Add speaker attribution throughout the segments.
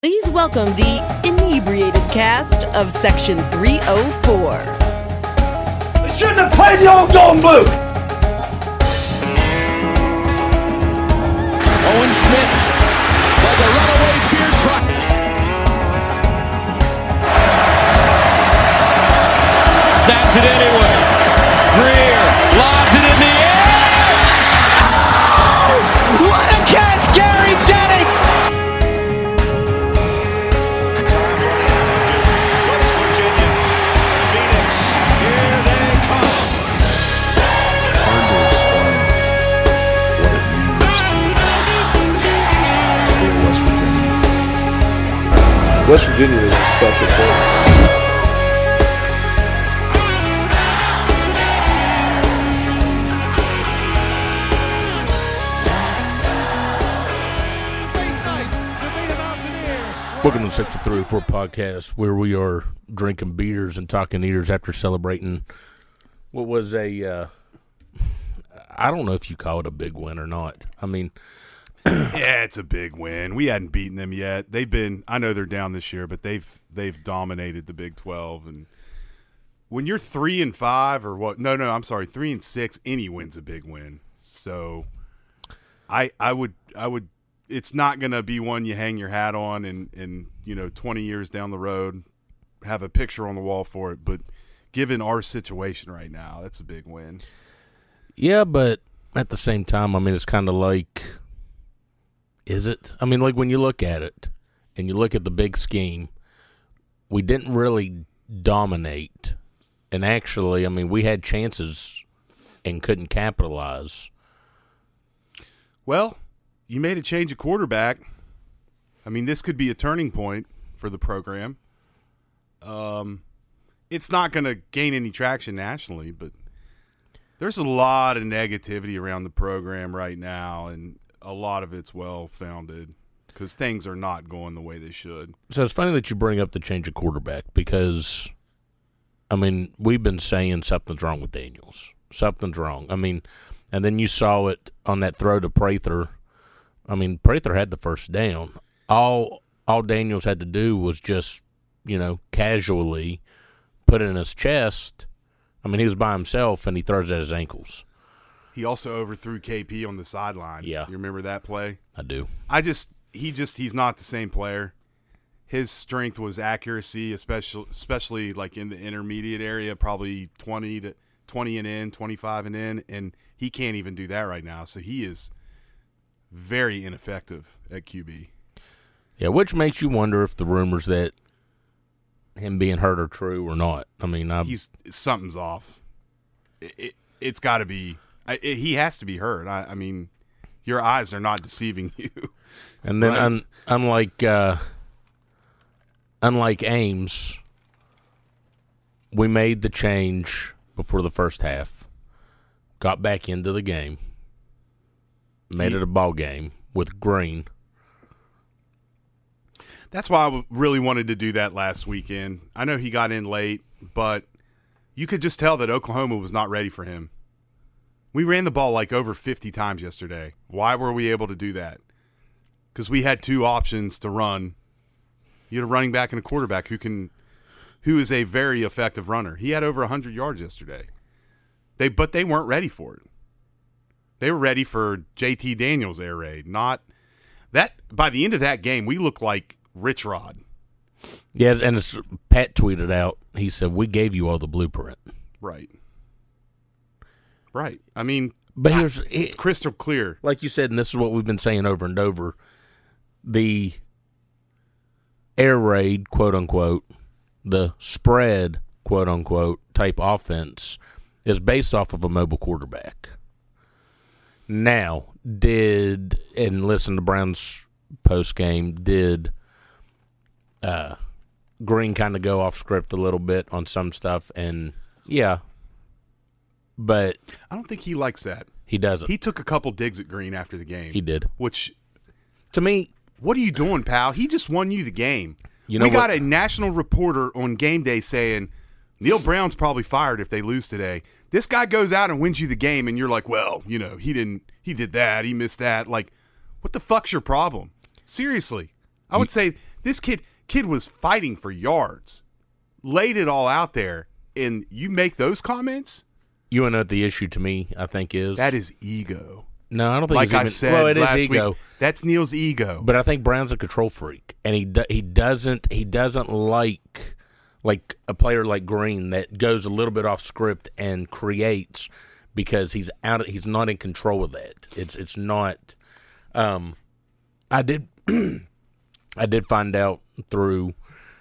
Speaker 1: Please welcome the inebriated cast of Section 304.
Speaker 2: They shouldn't have played the old Golden Boot.
Speaker 3: Owen Schmidt, like a runaway beer truck. Snaps it anyway. Greer lobs it in the air. Oh, what a catch, Gary Jennings!
Speaker 4: West Virginia, Phoenix, here they come.
Speaker 5: hard to explain what it means to be a West Virginia. West Virginia is a special place.
Speaker 6: Welcome to the Section 304 podcast, where we are drinking beers and talking ears after celebrating what was a, uh, I don't know if you call it a big win or not. I mean,
Speaker 4: Yeah, it's a big win. We hadn't beaten them yet. They've been I know they're down this year, but they've they've dominated the Big 12 and when you're 3 and 5 or what? No, no, I'm sorry. 3 and 6, any win's a big win. So I I would I would it's not going to be one you hang your hat on and and you know 20 years down the road have a picture on the wall for it, but given our situation right now, that's a big win.
Speaker 6: yeah, but at the same time, I mean, it's kind of like, is it? I mean, like when you look at it and you look at the big scheme, we didn't really dominate. And actually, I mean, we had chances and couldn't capitalize.
Speaker 4: Well, you made a change of quarterback. I mean, this could be a turning point for the program. Um, it's not going to gain any traction nationally, but there's a lot of negativity around the program right now, and a lot of it's well founded because things are not going the way they should.
Speaker 6: So it's funny that you bring up the change of quarterback because, I mean, we've been saying something's wrong with Daniels. Something's wrong. I mean, and then you saw it on that throw to Prather. I mean, Prather had the first down. All all Daniels had to do was just, you know, casually put it in his chest. I mean, he was by himself and he throws at his ankles.
Speaker 4: He also overthrew KP on the sideline.
Speaker 6: Yeah.
Speaker 4: You remember that play?
Speaker 6: I do.
Speaker 4: I just he just he's not the same player. His strength was accuracy, especially especially like in the intermediate area, probably twenty to twenty and in, twenty five and in, and he can't even do that right now. So he is very ineffective at QB.
Speaker 6: Yeah, which makes you wonder if the rumors that him being hurt are true or not. I mean, I,
Speaker 4: He's something's off. It, it it's got to be. I, it, he has to be hurt. I, I mean, your eyes are not deceiving you.
Speaker 6: And then
Speaker 4: Right.
Speaker 6: un- unlike uh, unlike Ames, we made the change before the first half. Got back into the game. Made it a ball game with Green.
Speaker 4: That's why I w- really wanted to do that last weekend. I know he got in late, but you could just tell that Oklahoma was not ready for him. We ran the ball like over 50 times yesterday. Why were we able to do that? Because we had two options to run. You had a running back and a quarterback who can, who is a very effective runner. He had over 100 yards yesterday. They but they weren't ready for it. They were ready for JT Daniels air raid, not that by the end of that game, we looked like Rich Rod.
Speaker 6: Yeah, and it's, Pat tweeted out. He said, "We gave you all the blueprint."
Speaker 4: Right. Right. I mean,
Speaker 6: But
Speaker 4: I-
Speaker 6: here's
Speaker 4: it's crystal clear.
Speaker 6: like you said, and this is what we've been saying over and over, the air raid, quote unquote, the spread, quote unquote, type offense is based off of a mobile quarterback. Now, did and listen to Brown's post game, did uh Green kind of go off script a little bit on some stuff and yeah. But
Speaker 4: I don't think he likes that.
Speaker 6: he doesn't.
Speaker 4: He took a couple digs at Green after the game.
Speaker 6: he did.
Speaker 4: Which,
Speaker 6: To me,
Speaker 4: what are you doing, pal? He just won you the game.
Speaker 6: You know
Speaker 4: we got
Speaker 6: what-
Speaker 4: a national reporter on game day saying Neil Brown's probably fired if they lose today. This guy goes out and wins you the game, and you're like, well, you know, he didn't. He did that. He missed that. Like, what the fuck's your problem? Seriously, I would say This kid kid was fighting for yards, laid it all out there, and you make those comments.
Speaker 6: You want to know what the issue to me, I think, is
Speaker 4: That is ego.
Speaker 6: no, I don't think
Speaker 4: Like
Speaker 6: it's even,
Speaker 4: I said
Speaker 6: well, it is
Speaker 4: last
Speaker 6: ego,
Speaker 4: week, that's Neil's ego.
Speaker 6: but I think Brown's a control freak, and he do, he doesn't he doesn't like like a player like Green that goes a little bit off script and creates because he's out he's not in control of that. It's it's not. Um, I did I did find out through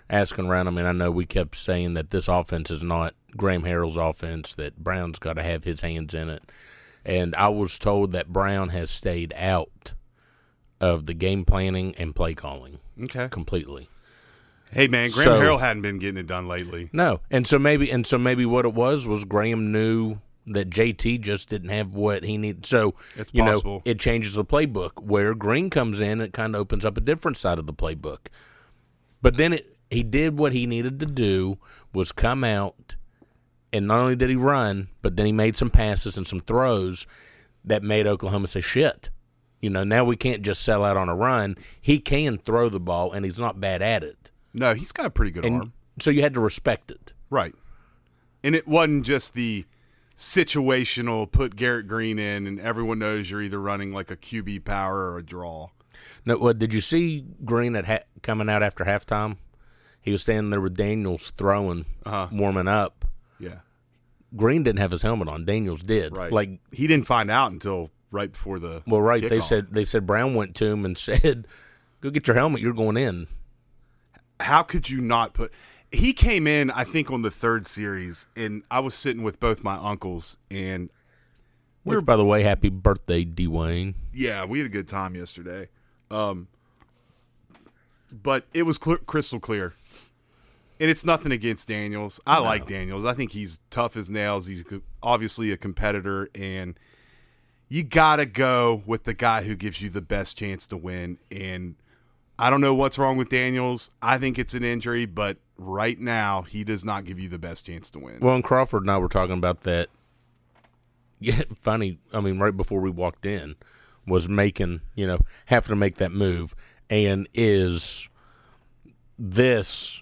Speaker 6: asking around. I mean, I know we kept saying that this offense is not Graham Harrell's offense. That Brown's got to have his hands in it, and I was told that Brown has stayed out of the game planning and play calling
Speaker 4: okay.
Speaker 6: completely.
Speaker 4: Hey man, Graham
Speaker 6: So-
Speaker 4: Harrell hadn't been getting it done lately.
Speaker 6: No, and so maybe and so maybe what it was was Graham knew that JT just didn't have what he needed. So
Speaker 4: It's
Speaker 6: you know
Speaker 4: possible.
Speaker 6: it changes the playbook where Green comes in. It kind of opens up a different side of the playbook. But then it, he did what he needed to do was come out, and not only did he run, but then he made some passes and some throws that made Oklahoma say shit. You know, now we can't just sell out on a run. He can throw the ball, and he's not bad at it.
Speaker 4: No, he's got a pretty good
Speaker 6: And
Speaker 4: arm.
Speaker 6: so you had to respect it.
Speaker 4: Right. And it wasn't just the situational put Garrett Green in and everyone knows you're either running like a QB power or a draw.
Speaker 6: No, well, did you see Green at ha- coming out after halftime? He was standing there with Daniels throwing,
Speaker 4: Uh-huh.
Speaker 6: warming up.
Speaker 4: Yeah.
Speaker 6: Green didn't have his helmet on. Daniels did.
Speaker 4: Right.
Speaker 6: Like,
Speaker 4: he didn't find out until right before the
Speaker 6: well, right? They
Speaker 4: kickoff.
Speaker 6: said they said Brown went to him and said, "Go get your helmet. You're going in."
Speaker 4: how could you not put he came in i think on the third series and i was sitting with both my uncles and
Speaker 6: Which, by the way, happy birthday, Dwayne.
Speaker 4: yeah we had a good time yesterday um but it was clear, crystal clear and it's nothing against daniels i like daniels i think he's tough as nails he's co- obviously a competitor and you gotta go with the guy who gives you the best chance to win and I don't know what's wrong with Daniels. I think it's an injury, but right now he does not give you the best chance to win.
Speaker 6: Well, and Crawford and I were talking about that. Yeah, funny. I mean, right before we walked in, was making you know having to make that move, and is this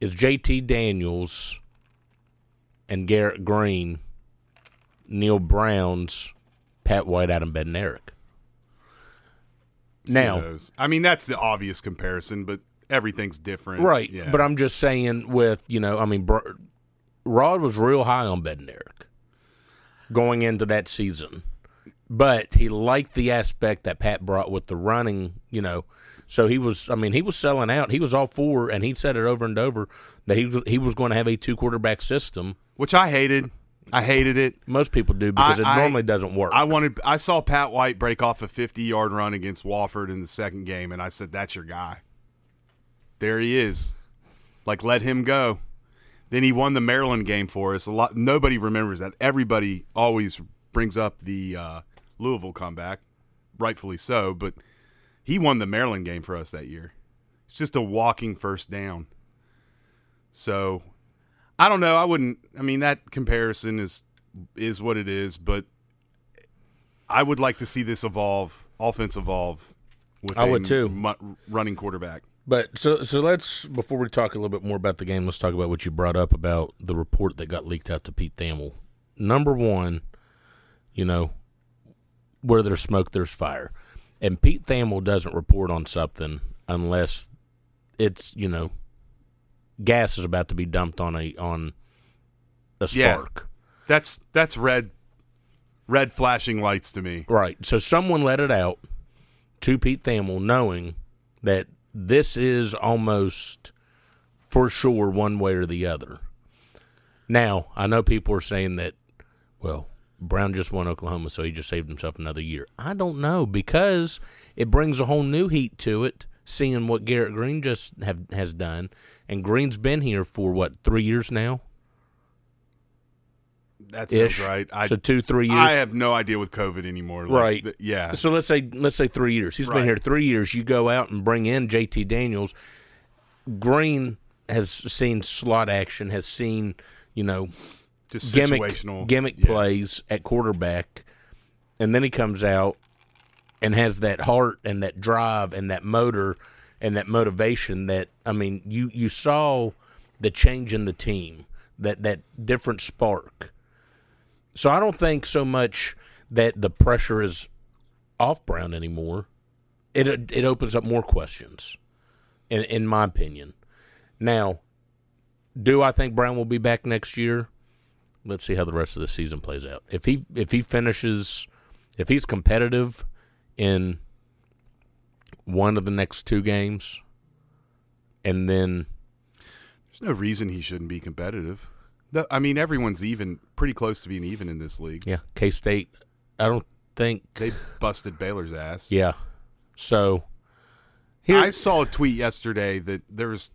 Speaker 6: is JT Daniels and Garrett Green, Neil Brown's, Pat White, Adam Bednarik. Now,
Speaker 4: Who knows? I mean that's the obvious comparison, but everything's different,
Speaker 6: Right.
Speaker 4: Yeah.
Speaker 6: But I'm just saying, with, you know, I mean, Bro- Rod was real high on Bednarik going into that season. But he liked the aspect that Pat brought with the running, you know. So he was, I mean, he was selling out. He was all for, and he said it over and over that he was, he was going to have a two quarterback system.
Speaker 4: which I hated. I hated it.
Speaker 6: Most people do because
Speaker 4: I-
Speaker 6: it
Speaker 4: I-
Speaker 6: normally doesn't work.
Speaker 4: I wanted. I saw Pat White break off a 50 yard run against Wofford in the second game, and I said, "That's your guy. There he is. Like let him go." Then he won the Maryland game for us. A lot. Nobody remembers that. Everybody always brings up the uh, Louisville comeback, rightfully so. But he won the Maryland game for us that year. It's just a walking first down. So I don't know. I wouldn't. I mean, that comparison is is what it is, but I would like to see this evolve, offense evolve. With
Speaker 6: I
Speaker 4: a
Speaker 6: would too.
Speaker 4: mu- running quarterback.
Speaker 6: But so so let's before we talk a little bit more about the game, let's talk about what you brought up about the report that got leaked out to Pete Thamel. Number one, you know, where there's smoke, there's fire, and Pete Thamel doesn't report on something unless it's you know gas is about to be dumped on a on a
Speaker 4: Yeah.
Speaker 6: spark.
Speaker 4: That's that's red, red flashing lights to me.
Speaker 6: Right. So someone let it out to Pete Thamel, knowing that this is almost for sure one way or the other. Now, I know people are saying that, well, Brown just won Oklahoma, so he just saved himself another year. I don't know because it brings a whole new heat to it, seeing what Garrett Green just have has done, and Green's been here for what three years now.
Speaker 4: That sounds
Speaker 6: Ish.
Speaker 4: right. I
Speaker 6: so two, three years.
Speaker 4: I have no idea with COVID anymore. Like,
Speaker 6: Right.
Speaker 4: th- yeah.
Speaker 6: So let's say let's say three years. He's been
Speaker 4: Right.
Speaker 6: here three years. You go out and bring in JT Daniels. Green has seen slot action, has seen you know
Speaker 4: Just
Speaker 6: gimmick
Speaker 4: situational
Speaker 6: gimmick
Speaker 4: yeah.
Speaker 6: plays at quarterback, and then he comes out and has that heart and that drive and that motor and that motivation that I mean you you saw the change in the team that that different spark. So I don't think so much that the pressure is off Brown anymore. It it opens up more questions, in in my opinion. Now, do I think Brown will be back next year? Let's see how the rest of the season plays out. If he if he finishes, if he's competitive in one of the next two games, and then
Speaker 4: There's no reason he shouldn't be competitive. No, I mean, everyone's even, pretty close to being even in this league.
Speaker 6: yeah, K State, I don't think
Speaker 4: They busted Baylor's ass.
Speaker 6: yeah. So here,
Speaker 4: I saw a tweet yesterday that there's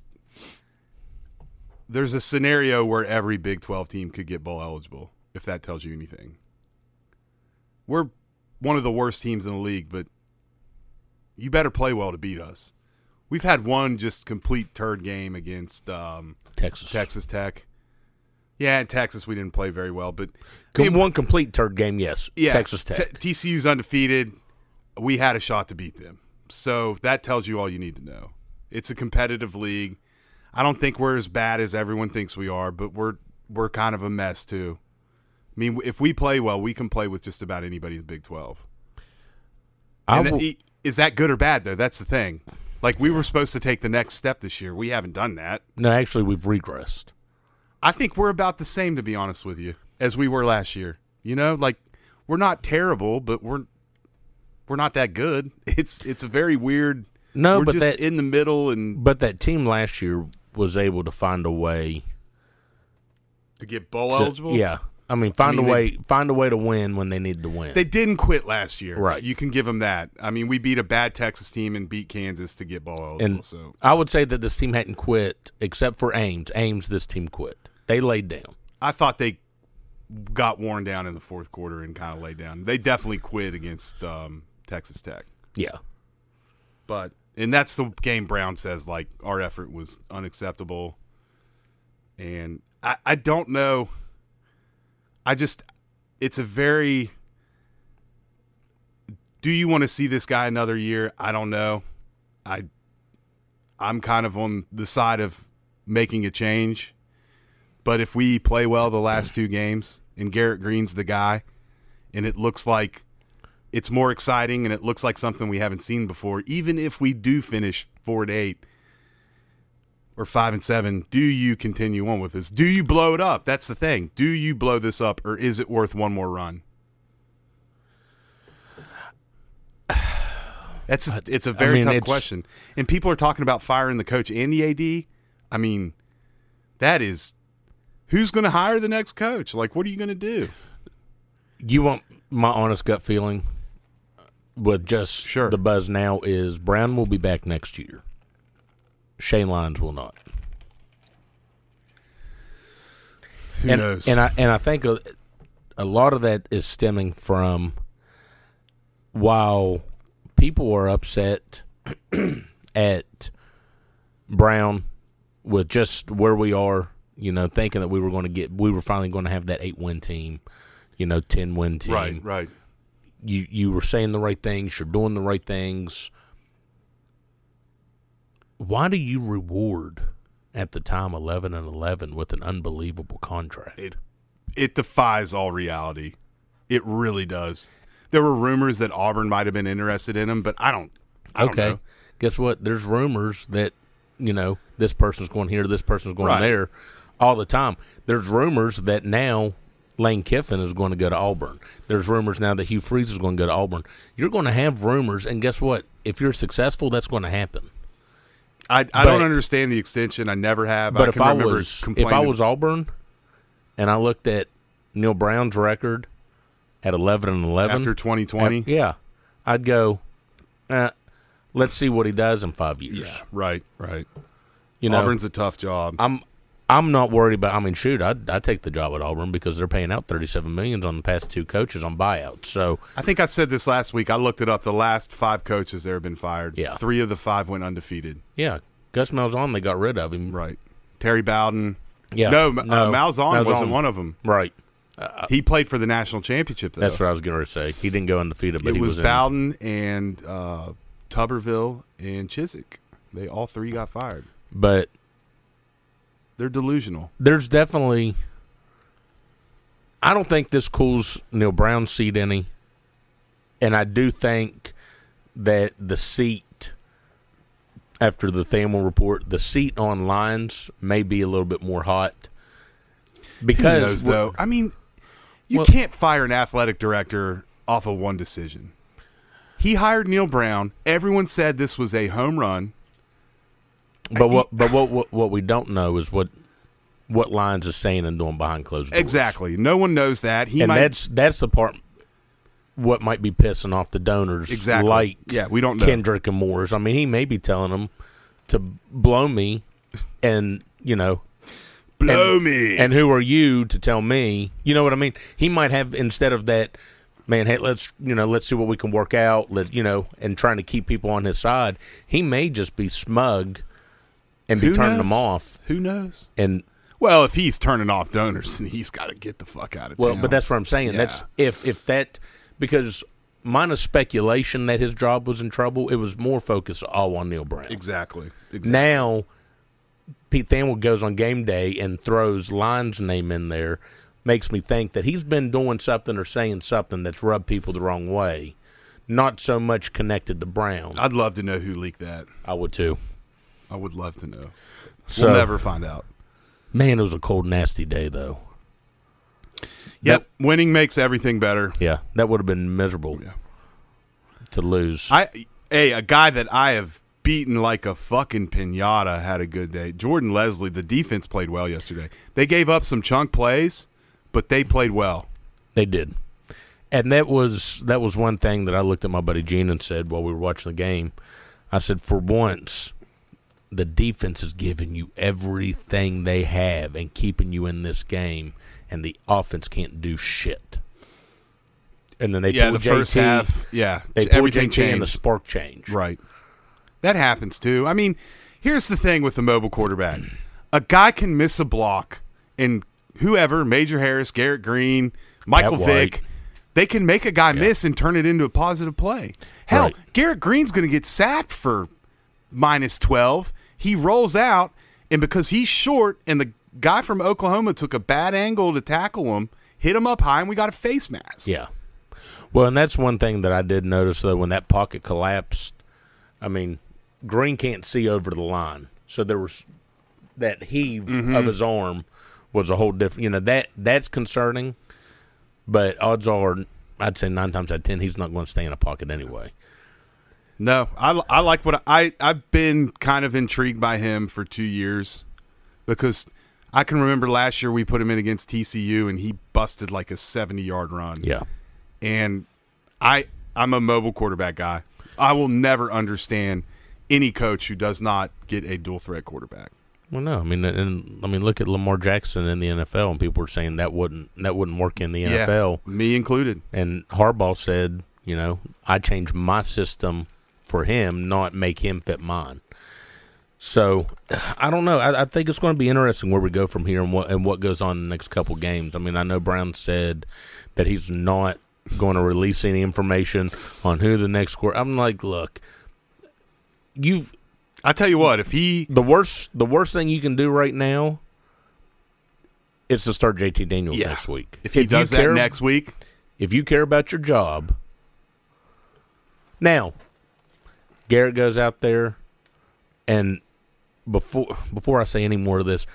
Speaker 4: there's a scenario where every Big 12 team could get bowl eligible, if that tells you anything. We're one of the worst teams in the league, but you better play well to beat us. We've had one just complete turd game against um,
Speaker 6: Texas.
Speaker 4: Texas Tech. Yeah, in Texas we didn't play very well, but
Speaker 6: Com- one complete third game, yes.
Speaker 4: yeah,
Speaker 6: Texas Tech.
Speaker 4: T- TCU's undefeated. We had a shot to beat them. So that tells you all you need to know. It's a competitive league. I don't think we're as bad as everyone thinks we are, but we're we're kind of a mess too. I mean, if we play well, we can play with just about anybody in the Big 12.
Speaker 6: I
Speaker 4: And E-
Speaker 6: will-
Speaker 4: i- is that good or bad though? That's the thing. Like we were supposed to take the next step this year. We haven't done that.
Speaker 6: no, actually, we've regressed.
Speaker 4: I think we're about the same, to be honest with you, as we were last year. You know, like we're not terrible, but we're we're not that good. It's it's a very weird.
Speaker 6: No,
Speaker 4: we're
Speaker 6: but
Speaker 4: just
Speaker 6: that-
Speaker 4: in the middle and
Speaker 6: But that team last year was able to find a way.
Speaker 4: to get bowl
Speaker 6: to-
Speaker 4: eligible.
Speaker 6: Yeah, I mean, find
Speaker 4: mean,
Speaker 6: a
Speaker 4: they-
Speaker 6: way, find a way to win when they needed to win.
Speaker 4: they didn't quit last year.
Speaker 6: Right.
Speaker 4: you can give them that. I mean, we beat a bad Texas team and beat Kansas to get bowl eligible.
Speaker 6: and
Speaker 4: so
Speaker 6: I would say that this team hadn't quit except for Ames. Ames, this team quit. They laid down.
Speaker 4: I thought they got worn down in the fourth quarter and kind of laid down. They definitely quit against um, Texas Tech.
Speaker 6: Yeah,
Speaker 4: but and that's the game Brown says like our effort was unacceptable. And I, I don't know. I just it's a very do you want to see this guy another year? I don't know. I I'm kind of on the side of making a change. But if we play well the last two games and Garrett Green's the guy and it looks like it's more exciting and it looks like something we haven't seen before. Even if we do finish four and eight or five and seven, do you continue on with this? Do you blow it up? That's the thing. Do you blow this up or is it worth one more run? That's a, it's a very
Speaker 6: mean,
Speaker 4: tough
Speaker 6: it's-
Speaker 4: question. And people are talking about firing the coach and the AD. I mean, that is who's going to hire the next coach? Like what are you going to do?
Speaker 6: you want my honest gut feeling? With just
Speaker 4: Sure.
Speaker 6: the buzz now is Brown will be back next year. Shane Lyons will not.
Speaker 4: Who
Speaker 6: and,
Speaker 4: knows?
Speaker 6: And I and I think a, a lot of that is stemming from while people are upset at Brown with just where we are, you know, thinking that we were going to get, we were finally going to have that eight win team, you know, ten win team.
Speaker 4: right, right.
Speaker 6: You you were saying the right things. You're doing the right things. Why do you reward at the time eleven and eleven with an unbelievable contract?
Speaker 4: it it defies all reality. It really does. There were rumors that Auburn might have been interested in him, but I don't. I don't
Speaker 6: okay.
Speaker 4: know.
Speaker 6: Guess what? There's rumors that, you know, this person's going here, this person's going
Speaker 4: Right.
Speaker 6: there all the time. There's rumors that now Lane Kiffin is going to go to Auburn. There's rumors now that Hugh Freeze is going to go to Auburn. You're going to have rumors, and guess what? If you're successful, that's going to happen.
Speaker 4: I, I
Speaker 6: But-
Speaker 4: don't understand the extension. I never have.
Speaker 6: But
Speaker 4: I
Speaker 6: if
Speaker 4: can
Speaker 6: I
Speaker 4: remember
Speaker 6: was if
Speaker 4: complaining.
Speaker 6: I was Auburn and I looked at Neil Brown's record at 11 and 11
Speaker 4: after 2020,
Speaker 6: uh, yeah, I'd go eh, let's see what he does in 5 years.
Speaker 4: yeah, right, right.
Speaker 6: You know,
Speaker 4: Auburn's a tough job.
Speaker 6: I'm I'm not worried about. I mean, shoot, I I take the job at Auburn because they're paying out thirty seven millions on the past two coaches on buyouts. So
Speaker 4: I think I said this last week. I looked it up. The last five coaches there have been fired.
Speaker 6: Yeah.
Speaker 4: three of the five went undefeated.
Speaker 6: yeah, Gus Malzahn, they got rid of him.
Speaker 4: Right. Terry Bowden.
Speaker 6: Yeah,
Speaker 4: No, no.
Speaker 6: no,
Speaker 4: Uh, Malzahn wasn't
Speaker 6: Malzahn.
Speaker 4: one of them.
Speaker 6: Right.
Speaker 4: He played for the national championship. Though.
Speaker 6: That's what I was going to say. He didn't go undefeated, but
Speaker 4: it
Speaker 6: he
Speaker 4: was,
Speaker 6: was in-
Speaker 4: Bowden and uh, Tuberville and Chiswick. They all three got fired.
Speaker 6: But
Speaker 4: They're delusional.
Speaker 6: there's definitely. I don't think this cools Neil Brown's seat any, and I do think that the seat after the Thamel report, the seat on lines may be a little bit more hot
Speaker 4: Who
Speaker 6: because
Speaker 4: knows,
Speaker 6: we're-
Speaker 4: though? I mean, you
Speaker 6: Well-
Speaker 4: can't fire an athletic director off of one decision. He hired Neil Brown. Everyone said this was a home run.
Speaker 6: But what but what, what what we don't know is what what lines is saying and doing behind closed doors.
Speaker 4: Exactly. No one knows that. He
Speaker 6: and
Speaker 4: might
Speaker 6: that's that's the part what might be pissing off the donors
Speaker 4: Exactly.
Speaker 6: like
Speaker 4: Yeah, we don't know.
Speaker 6: Kendrick and Moore's. I mean, he may be telling them to blow me and, you know,
Speaker 4: blow
Speaker 6: and-
Speaker 4: me.
Speaker 6: And who are you to tell me? You know what I mean? He might have instead of that, man. Hey, let's you know, let's see what we can work out. Let you know, and trying to keep people on his side. He may just be smug and be
Speaker 4: Who
Speaker 6: turning
Speaker 4: knows?
Speaker 6: them off.
Speaker 4: who knows?
Speaker 6: And
Speaker 4: Well, if he's turning off donors, then he's got to get the fuck out of
Speaker 6: well,
Speaker 4: town.
Speaker 6: but that's what I'm saying. That's if if that because minus speculation that his job was in trouble, it was more focused all on Neil Brown.
Speaker 4: exactly. exactly.
Speaker 6: Now, Pete Thamel goes on game day and throws Lyons' name in there. Makes me think that he's been doing something or saying something that's rubbed people the wrong way. Not so much connected to Brown. I,
Speaker 4: I'd love to know who leaked that.
Speaker 6: would too.
Speaker 4: I would love to know.
Speaker 6: So,
Speaker 4: we'll never find out.
Speaker 6: Man, it was a cold, nasty day though.
Speaker 4: Yep. winning makes everything better.
Speaker 6: Yeah, that would have been miserable
Speaker 4: Yeah.
Speaker 6: to lose.
Speaker 4: I hey, a guy that I have beaten like a fucking pinata had a good day. Jordan Leslie, the defense played well yesterday. They gave up some chunk plays, but they played well.
Speaker 6: They did. And that was that was one thing that I looked at my buddy Gene and said while we were watching the game. I said, for once, the defense is giving you everything they have and keeping you in this game, and the offense can't do shit. And then they
Speaker 4: yeah,
Speaker 6: pulled
Speaker 4: the
Speaker 6: JT,
Speaker 4: first half, yeah,
Speaker 6: they pulled
Speaker 4: everything
Speaker 6: JT and the
Speaker 4: changed.
Speaker 6: spark change.
Speaker 4: right. That happens too. I mean, here's the thing with the mobile quarterback. A guy can miss a block and whoever, Major Harris, Garrett Green, Michael
Speaker 6: Matt
Speaker 4: Vick,
Speaker 6: White.
Speaker 4: they can make a guy miss and turn it into a positive play. Hell,
Speaker 6: Right.
Speaker 4: Garrett Green's going to get sacked for minus 12. He rolls out, and because he's short and the guy from Oklahoma took a bad angle to tackle him, hit him up high, and we got a face mask.
Speaker 6: Yeah. Well, and that's one thing that I did notice though when that pocket collapsed. I mean, Green can't see over the line, so there was that heave of his arm was a whole different. You know that that's concerning, but odds are, I'd say nine times out of ten, he's not going to stay in a pocket anyway.
Speaker 4: No, I, I like what I, I have been kind of intrigued by him for two years because I can remember last year we put him in against TCU and he busted like a seventy yard run.
Speaker 6: Yeah.
Speaker 4: and I I'm a mobile quarterback guy. I will never understand any coach who does not get a dual threat quarterback.
Speaker 6: Well, no, I mean, and I mean, look at Lamar Jackson in the NFL, and people were saying that wouldn't that wouldn't work in the NFL.
Speaker 4: me included.
Speaker 6: And Harbaugh said, you know, I changed my system for him, not make him fit mine. So I don't know. I, I think it's going to be interesting where we go from here and what and what goes on in the next couple games. I mean, I know Brown said that he's not going to release any information on who the next quarter. I'm like, look, you've
Speaker 4: I tell you what, if he
Speaker 6: the worst the worst thing you can do right now is to start JT Daniels
Speaker 4: Yeah.
Speaker 6: next week.
Speaker 4: if he
Speaker 6: you
Speaker 4: does that
Speaker 6: care-
Speaker 4: next week,
Speaker 6: if you care about your job. Now, Garrett goes out there, and before before I say any more of this,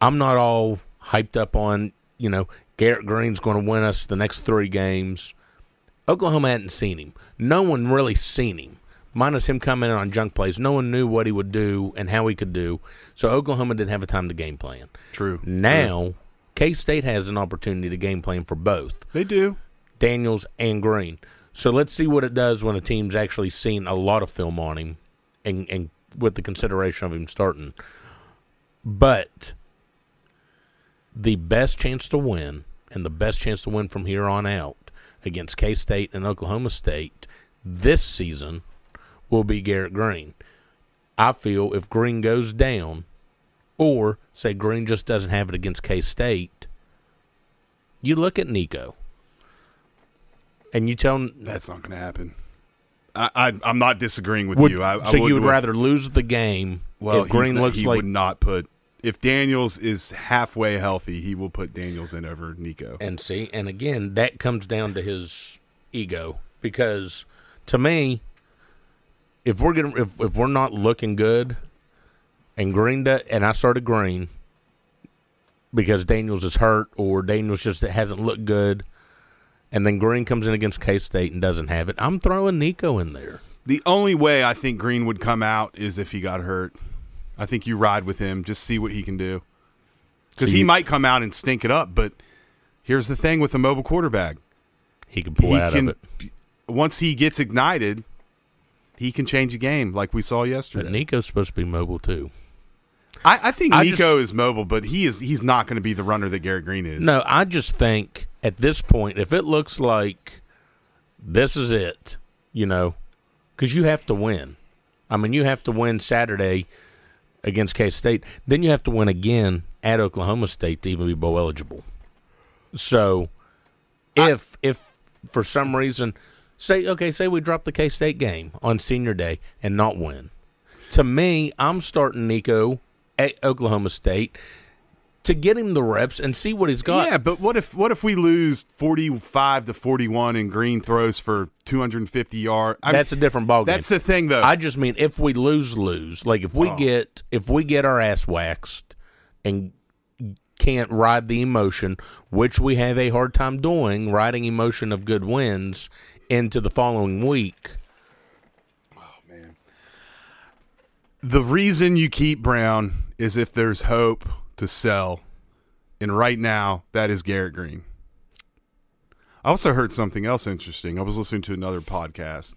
Speaker 6: I'm not all hyped up on you know Garrett Green's going to win us the next three games. Oklahoma hadn't seen him. No one really seen him. Minus him coming in on junk plays, no one knew what he would do and how he could do. So Oklahoma didn't have a time to game plan.
Speaker 4: True.
Speaker 6: Now, K State has an opportunity to game plan for both.
Speaker 4: they do.
Speaker 6: Daniels, and Green. So let's see what it does when a team's actually seen a lot of film on him and, and with the consideration of him starting. But the best chance to win and the best chance to win from here on out against K State and Oklahoma State this season will be Garrett Green. I feel if Green goes down, or say Green just doesn't have it against K State, you look at Nico and you tell
Speaker 4: That's not going to happen. I, I, I'm not disagreeing with
Speaker 6: Would-
Speaker 4: you. I, I
Speaker 6: so you would rather lose the game
Speaker 4: Well,
Speaker 6: if
Speaker 4: he's
Speaker 6: Green
Speaker 4: not-
Speaker 6: looks
Speaker 4: he
Speaker 6: like
Speaker 4: would not put. If Daniels is halfway healthy, he will put Daniels in over Nico.
Speaker 6: and see and again that comes down to his ego because to me if we're gonna if, if we're not looking good and green do- and i started green because daniels is hurt or daniels just hasn't looked good and then green comes in against k-state and doesn't have it i'm throwing nico in there
Speaker 4: The only way I think Green would come out is if he got hurt. I think you ride with him, just see what he can do. Because
Speaker 6: So
Speaker 4: he
Speaker 6: you-
Speaker 4: might come out and stink it up, but here's the thing with a mobile quarterback.
Speaker 6: he can pull
Speaker 4: he
Speaker 6: out
Speaker 4: can
Speaker 6: of it
Speaker 4: once he gets ignited, he can change a game like we saw
Speaker 6: but
Speaker 4: yesterday.
Speaker 6: nico's supposed to be mobile too
Speaker 4: I, I think
Speaker 6: I
Speaker 4: Nico is mobile, but he is he's not going to be the runner that Garrett Green is.
Speaker 6: No, I just think at this point, if it looks like this is it, you know, because you have to win. I mean, you have to win Saturday against K State. Then you have to win again at Oklahoma State to even be bowl eligible. So, if if for some reason, say okay, say we drop the K State game on Senior Day and not win, to me, I'm starting Nico at Oklahoma State to get him the reps and see what he's got.
Speaker 4: Yeah, but what if what if we lose forty five to forty one and Green throws for two hundred and fifty yard? I mean,
Speaker 6: that's a different ballgame.
Speaker 4: that's Oh. the thing though.
Speaker 6: I just mean if we lose, lose. Like if we get if we get our ass waxed and can't ride the emotion, which we have a hard time doing, riding emotion of good wins into the following week.
Speaker 4: The reason you keep Brown is if there's hope to sell. And right now, that is Garrett Green. I also heard something else interesting. I was listening to another podcast,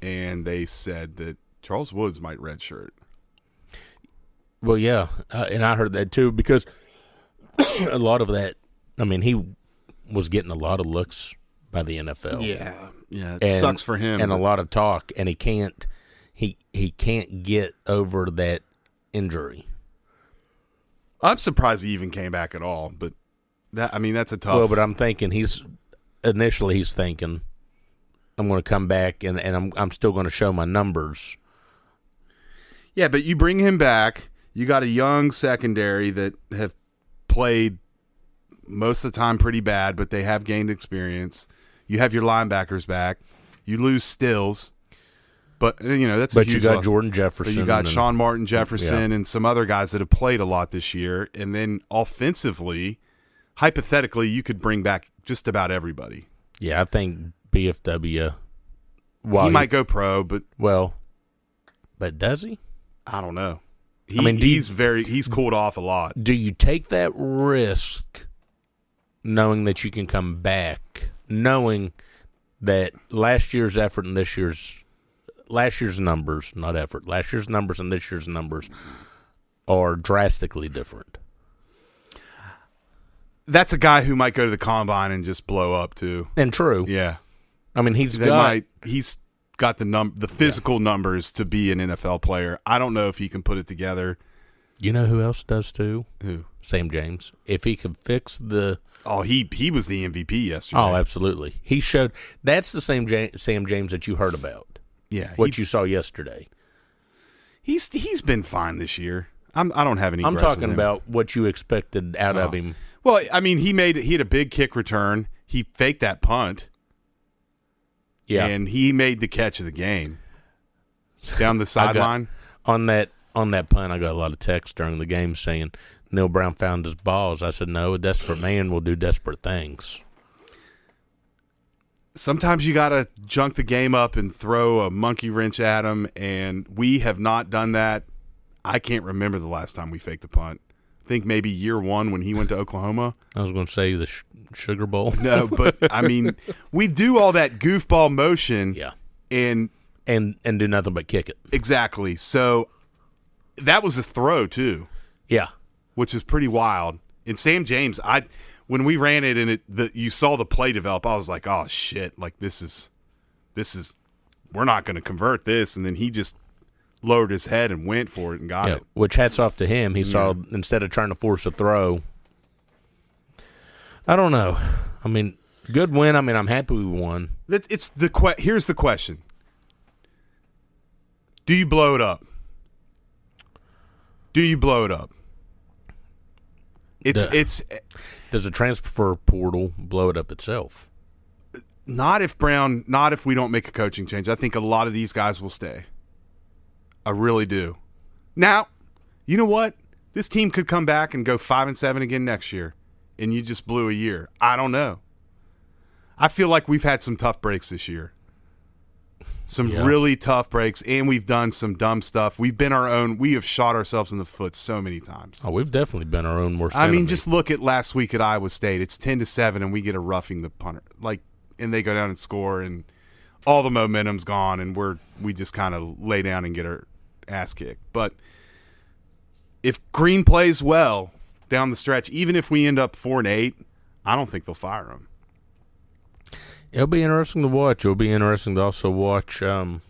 Speaker 4: and they said that Charles Woods might redshirt.
Speaker 6: Well, yeah, uh, and I heard that too because a lot of that. I mean, he was getting a lot of looks by the NFL.
Speaker 4: Yeah. Yeah. It
Speaker 6: and-
Speaker 4: sucks for him.
Speaker 6: and a lot of talk and he can't he he can't get over that injury
Speaker 4: I'm surprised he even came back at all. But that, I mean, that's a tough.
Speaker 6: well but i'm thinking he's initially he's thinking i'm going to come back and, and I'm, I'm still going to show my numbers
Speaker 4: Yeah, but you bring him back. You got a young secondary that have played most of the time pretty bad, but they have gained experience. You have your linebackers back. You lose Stills, but uh, you know that's a
Speaker 6: but you
Speaker 4: huge
Speaker 6: got
Speaker 4: loss.
Speaker 6: jordan
Speaker 4: But
Speaker 6: jefferson
Speaker 4: you got
Speaker 6: and-
Speaker 4: Sean Martin Jefferson and some other guys that have played a lot this year. And then offensively, hypothetically, you could bring back just about everybody.
Speaker 6: yeah i think bfw well,
Speaker 4: he might go pro, but
Speaker 6: well but does he
Speaker 4: I don't know. He,
Speaker 6: mean, do you-
Speaker 4: he's very he's cooled off a lot.
Speaker 6: do you take that risk knowing that you can come back knowing that last year's effort and this year's last year's numbers not effort last year's numbers and this year's numbers are drastically different
Speaker 4: that's a guy who might go to the combine and just blow up too.
Speaker 6: and true
Speaker 4: Yeah,
Speaker 6: i mean he's
Speaker 4: they
Speaker 6: got
Speaker 4: might. He's got the num the physical numbers to be an NFL player. I don't know if he can put it together.
Speaker 6: you know who else does too
Speaker 4: Who?
Speaker 6: sam james if he can fix the
Speaker 4: Oh, he he was the MVP yesterday.
Speaker 6: oh absolutely he showed that's the same ja- sam james that you heard about
Speaker 4: yeah.
Speaker 6: what
Speaker 4: he,
Speaker 6: you saw yesterday
Speaker 4: he's he's been fine this year. I'm I don't have any.
Speaker 6: i'm
Speaker 4: grudge with
Speaker 6: talking
Speaker 4: him. Oh.
Speaker 6: about what you expected out of him
Speaker 4: Well, I mean, he made he had a big kick return. He faked that punt.
Speaker 6: yeah
Speaker 4: and he made the catch of the game down the sideline.
Speaker 6: on that on that punt, I got a lot of texts during the game saying Neil Brown found his balls. I said, "No, a desperate man will do desperate things."
Speaker 4: sometimes you gotta junk the game up and throw a monkey wrench at them, and we have not done that. I can't remember the last time we faked a punt. I think maybe year one when he went to Oklahoma.
Speaker 6: I was going to say the sh- Sugar Bowl.
Speaker 4: No, but I mean, we do all that goofball motion,
Speaker 6: yeah,
Speaker 4: and
Speaker 6: and and do nothing but kick it.
Speaker 4: exactly. So that was a throw too,
Speaker 6: Yeah,
Speaker 4: which is pretty wild. And Sam James, I when we ran it and it the, you saw the play develop, I was like, oh shit, like this is this is we're not going to convert this. And then he just lowered his head and went for it and got
Speaker 6: yeah.
Speaker 4: it.
Speaker 6: Which hats off to him. He saw instead of trying to force a throw. I don't know. I mean, good win. I mean, I'm happy we won.
Speaker 4: That- It's the que- here's the question: Do you blow it up? Do you blow it up? It's
Speaker 6: Duh.
Speaker 4: it's
Speaker 6: Does a transfer portal blow it up itself?
Speaker 4: not if Brown, not if we don't make a coaching change. I think a lot of these guys will stay. I really do. Now, you know what? This team could come back and go five and seven again next year, and you just blew a year. I don't know. I feel like we've had some tough breaks this year. Some
Speaker 6: Yeah.
Speaker 4: really tough breaks, and we've done some dumb stuff. We've been our own. We have shot ourselves in the foot so many times.
Speaker 6: Oh, we've definitely been our own worst.
Speaker 4: I mean,
Speaker 6: enemy.
Speaker 4: just look at last week at Iowa State. It's ten to seven, and we get a roughing the punter, like, and they go down and score, and all the momentum's gone, and we're we just kind of lay down and get our ass kicked. But if Green plays well down the stretch, even if we end up four and eight, I don't think they'll fire him.
Speaker 6: it'll be interesting to watch. It'll be interesting to also watch um,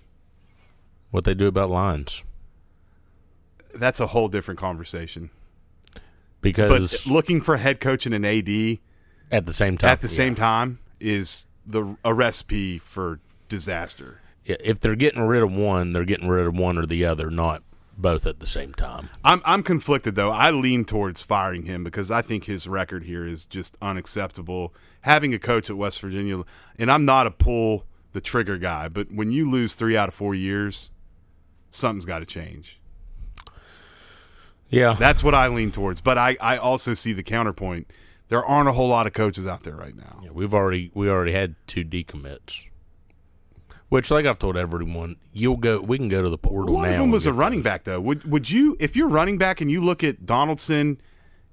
Speaker 6: what they do about lines
Speaker 4: That's a whole different conversation. But
Speaker 6: because
Speaker 4: looking for a head coach and an AD
Speaker 6: at the same time,
Speaker 4: at the same time is the a recipe for disaster.
Speaker 6: yeah, if they're getting rid of one, they're getting rid of one or the other, not both at the same time.
Speaker 4: I'm I'm conflicted though. I lean towards firing him because I think his record here is just unacceptable. Having a coach at West Virginia, and I'm not a pull the trigger guy, but when you lose three out of four years, something's got to change.
Speaker 6: Yeah,
Speaker 4: That's what I lean towards. But I I also see the counterpoint. There aren't a whole lot of coaches out there right now.
Speaker 6: Yeah, we've already we already had two decommits. Which, like I've told everyone, you'll go. We can go to the portal
Speaker 4: One
Speaker 6: now.
Speaker 4: of them
Speaker 6: and
Speaker 4: was a
Speaker 6: get
Speaker 4: running
Speaker 6: those.
Speaker 4: back though. Would would you if you're running back and you look at Donaldson,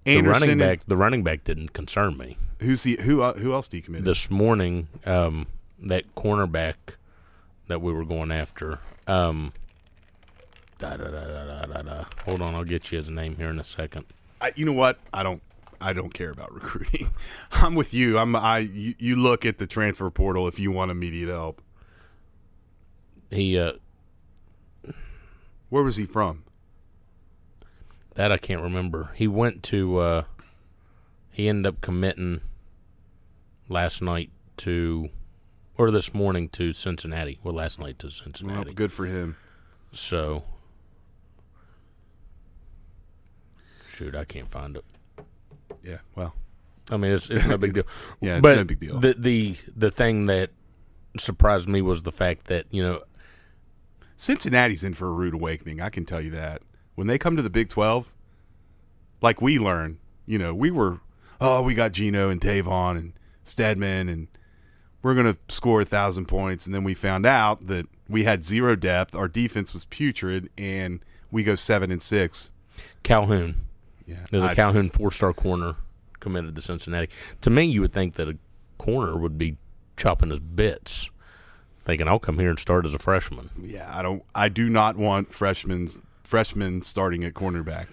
Speaker 6: The
Speaker 4: Anderson,
Speaker 6: running
Speaker 4: and-
Speaker 6: back. The running back didn't concern me
Speaker 4: who's the who uh, who else decommitted?
Speaker 6: this morning. Um, that cornerback that we were going after. Um, da, da, da, da, da, da, da. Hold on, I'll get you his name here in a second.
Speaker 4: I, you know what? I don't. I don't care about recruiting. I'm with you. I'm. I. You, you look at the transfer portal if you want immediate help.
Speaker 6: He uh,
Speaker 4: Where was he from?
Speaker 6: that I can't remember. He went to. Uh, he ended up committing last night to, or this morning to Cincinnati. Well, last night to
Speaker 4: Well,
Speaker 6: Cincinnati.
Speaker 4: good for him.
Speaker 6: So, shoot, I can't find it.
Speaker 4: Yeah. Well,
Speaker 6: I mean, it's, it's no big deal.
Speaker 4: Yeah, it's
Speaker 6: but
Speaker 4: no big deal.
Speaker 6: The the the thing that surprised me was the fact that you know
Speaker 4: Cincinnati's in for a rude awakening. I can tell you that. When they come to the Big Twelve, like we learn, you know, we were. Oh, we got Gino and Tavon and Stedman, and we're gonna score a thousand points. And then we found out that we had zero depth. Our defense was putrid, and we go seven and six.
Speaker 6: Calhoun,
Speaker 4: Yeah.
Speaker 6: there's a
Speaker 4: I-
Speaker 6: Calhoun four star corner committed to Cincinnati. To me, you would think that a corner would be chopping his bits, thinking I'll come here and start as a freshman.
Speaker 4: Yeah, I don't. I do not want freshmen freshmen starting at cornerback.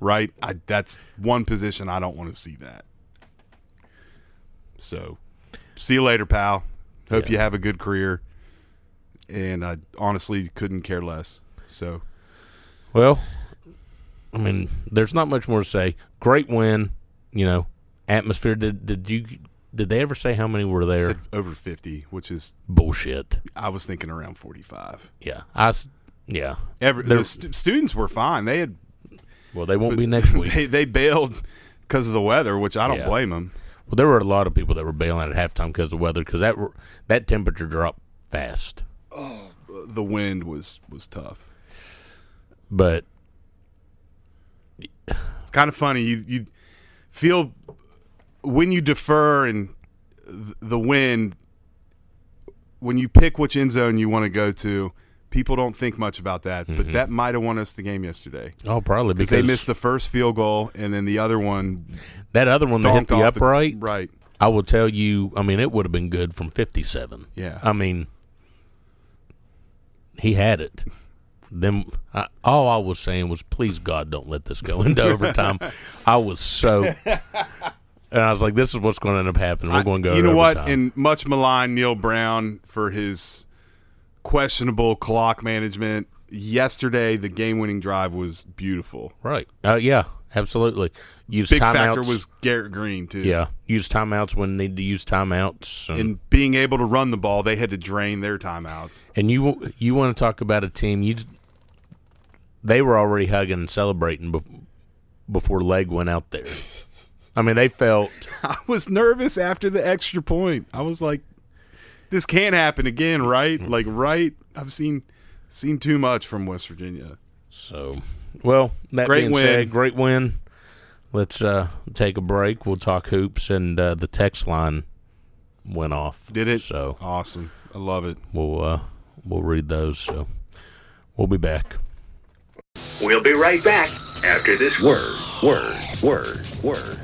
Speaker 4: Right, I, that's one position I don't want to see that. So, see you later, pal. Hope
Speaker 6: Yeah.
Speaker 4: you have a good career. And I honestly couldn't care less. So,
Speaker 6: Well, I mean, there's not much more to say. Great win, you know. Atmosphere. Did did you did they ever say how many were
Speaker 4: I
Speaker 6: there?
Speaker 4: said over fifty, which is
Speaker 6: Bullshit.
Speaker 4: I was thinking around forty-five.
Speaker 6: Yeah, I. s- Yeah.
Speaker 4: Every
Speaker 6: There-
Speaker 4: the st- students were fine. They had
Speaker 6: Well, they won't be next week.
Speaker 4: they, they bailed because of the weather, which I don't
Speaker 6: Yeah.
Speaker 4: blame them.
Speaker 6: well, there were a lot of people that were bailing at halftime because of the weather, because that were- that temperature dropped fast.
Speaker 4: The wind was was tough.
Speaker 6: But
Speaker 4: It's kind of funny. You you feel when you defer and th- the wind when you pick which end zone you want to go to. People don't think much about that, but that might have won us the game yesterday
Speaker 6: oh, probably
Speaker 4: because
Speaker 6: Mm-hmm. because
Speaker 4: they missed the first field goal and then the other one
Speaker 6: that other one that hit
Speaker 4: donked
Speaker 6: the
Speaker 4: off the-
Speaker 6: upright.
Speaker 4: right.
Speaker 6: I will tell you. I mean, it would have been good from fifty-seven.
Speaker 4: Yeah.
Speaker 6: I mean, he had it. Then I, all I was saying was, please God, don't let this go into overtime. I was so, and I was like, this is what's going to end up happening. We're
Speaker 4: I-
Speaker 6: going to go.
Speaker 4: You
Speaker 6: to
Speaker 4: know what?
Speaker 6: overtime.
Speaker 4: And much maligned Neil Brown for his questionable clock management. Yesterday, the game-winning drive was beautiful.
Speaker 6: right? Uh, yeah, absolutely. Use
Speaker 4: Big
Speaker 6: timeouts.
Speaker 4: factor was Garrett Green too.
Speaker 6: yeah, use timeouts when need to use timeouts. And,
Speaker 4: And being able to run the ball, they had to drain their timeouts.
Speaker 6: and you you want to talk about a team you they were already hugging and celebrating bef- before leg went out there. I mean, they felt
Speaker 4: I was nervous after the extra point. I was like, this can't happen again, right? Like, right? I've seen seen too much from West Virginia.
Speaker 6: so. Well, that
Speaker 4: Great
Speaker 6: being
Speaker 4: win.
Speaker 6: said, great win. Let's uh, take a break. We'll talk hoops, and uh, the text line went off.
Speaker 4: Did it?
Speaker 6: So
Speaker 4: Awesome. I love it.
Speaker 6: we'll uh, we'll read those. So we'll be back.
Speaker 7: We'll be right back after this word, word, word, word.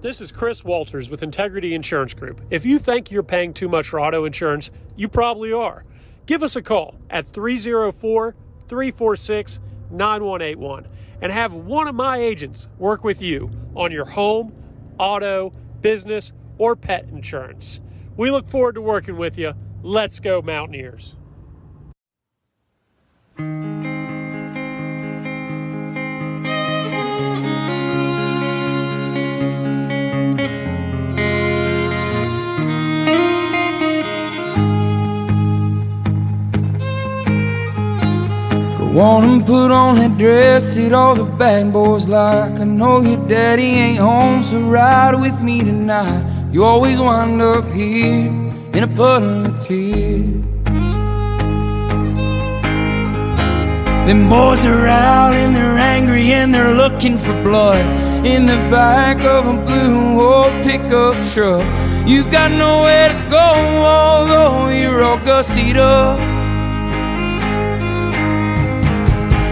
Speaker 8: This is Chris Walters with Integrity Insurance Group. If you think you're paying too much for auto insurance, you probably are. Give us a call at 304 346 9181 and have one of my agents work with you on your home, auto, business, or pet insurance. We look forward to working with you. Let's go, Mountaineers.
Speaker 9: Go on and put on that dress, hit all the bad boys like. I know your daddy ain't home, so ride with me tonight. You always wind up here in a puddle of tears. Them boys are out and they're angry and they're looking for blood in the back of a blue old pickup truck. You've got nowhere to go, although you're all gussied up.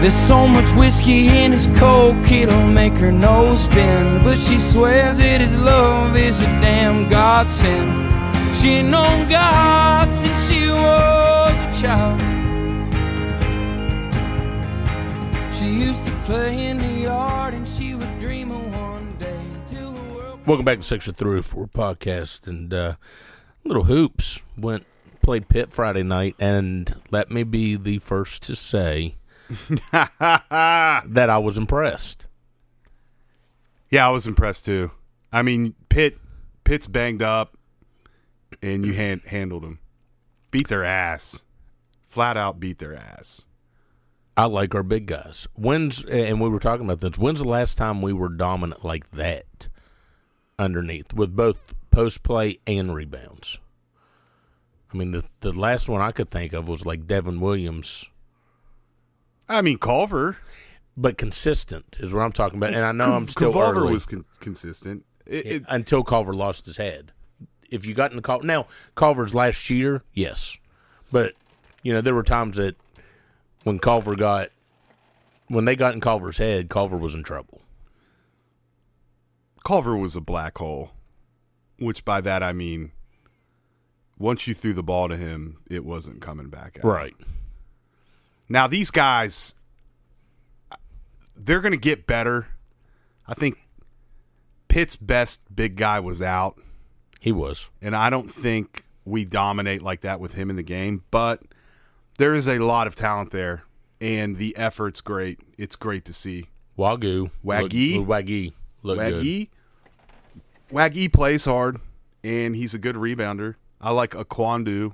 Speaker 9: There's so much whiskey in his coke, it'll make her nose spin. But she swears it is love, is a damn godsend. She ain't known God since she was a child. She used to play in the yard and she would dream of one day till the world.
Speaker 6: Welcome back to Section Three or Four podcast, and uh, little hoops went played pit Friday night, and let me be the first to say that I was impressed.
Speaker 4: Yeah, I was impressed too. I mean, Pitt Pitt's banged up, and you hand, handled them. Beat their ass, flat out beat their ass.
Speaker 6: I like our big guys. When's and we were talking about this. When's the last time we were dominant like that underneath with both post play and rebounds? I mean, the the last one I could think of was like Devin Williams
Speaker 4: I mean, Culver.
Speaker 6: but consistent is what I'm talking about. And I know I'm still
Speaker 4: Culver
Speaker 6: early.
Speaker 4: was con- consistent. It, it,
Speaker 6: until Culver lost his head. If you got in the call now, Culver's last year, yes, but you know there were times that when Culver got when they got in Culver's head, Culver was in trouble.
Speaker 4: Culver was a black hole, which by that I mean, once you threw the ball to him, it wasn't coming back. Out. Now these guys, they're going to get better. I think Pitt's best big guy was out.
Speaker 6: he was.
Speaker 4: and I don't think we dominate like that with him in the game, but there is a lot of talent there and the effort's great. It's great to see.
Speaker 6: Wagyu, Waggy? look, Waggy, look good.
Speaker 4: Waggy Waggy plays hard and he's a good rebounder. I like Aquandu.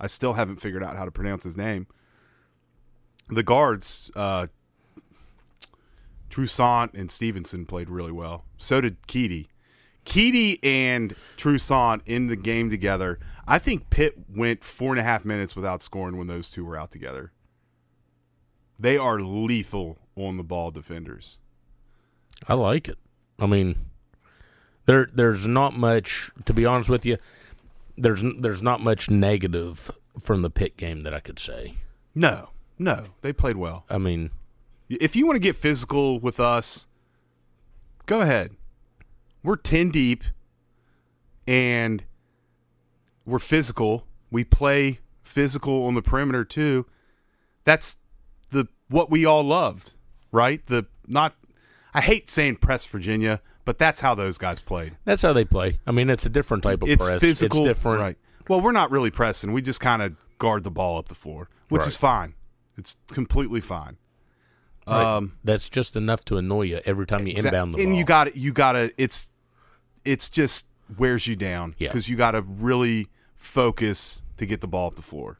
Speaker 4: I still haven't figured out how to pronounce his name. The guards, uh Troussant and Stevenson played really well. So did Keedy. Keedy and Troussant in the game together. I think Pitt went four and a half minutes without scoring when those two were out together. They are lethal on the ball defenders.
Speaker 6: I like it. I mean, there there's not much to be honest with you. There's n- there's not much negative from the pit game that I could say.
Speaker 4: No, no, they played well.
Speaker 6: I mean,
Speaker 4: If you want to get physical with us, go ahead. We're 10 deep and we're physical. We play physical on the perimeter too. That's the what we all loved, right? The not I hate saying press Virginia, but that's how those guys played.
Speaker 6: that's how they play. I mean, it's a different type of
Speaker 4: it's
Speaker 6: press.
Speaker 4: physical,
Speaker 6: It's different.
Speaker 4: right? Well, we're not really pressing. We just kind of guard the ball up the floor, which
Speaker 6: Right.
Speaker 4: is fine. It's completely fine. Um,
Speaker 6: That's just enough to annoy you every time you inbound the ball.
Speaker 4: and you got you got to it's it's just wears you down
Speaker 6: Yeah.
Speaker 4: because you got to really focus to get the ball up the floor.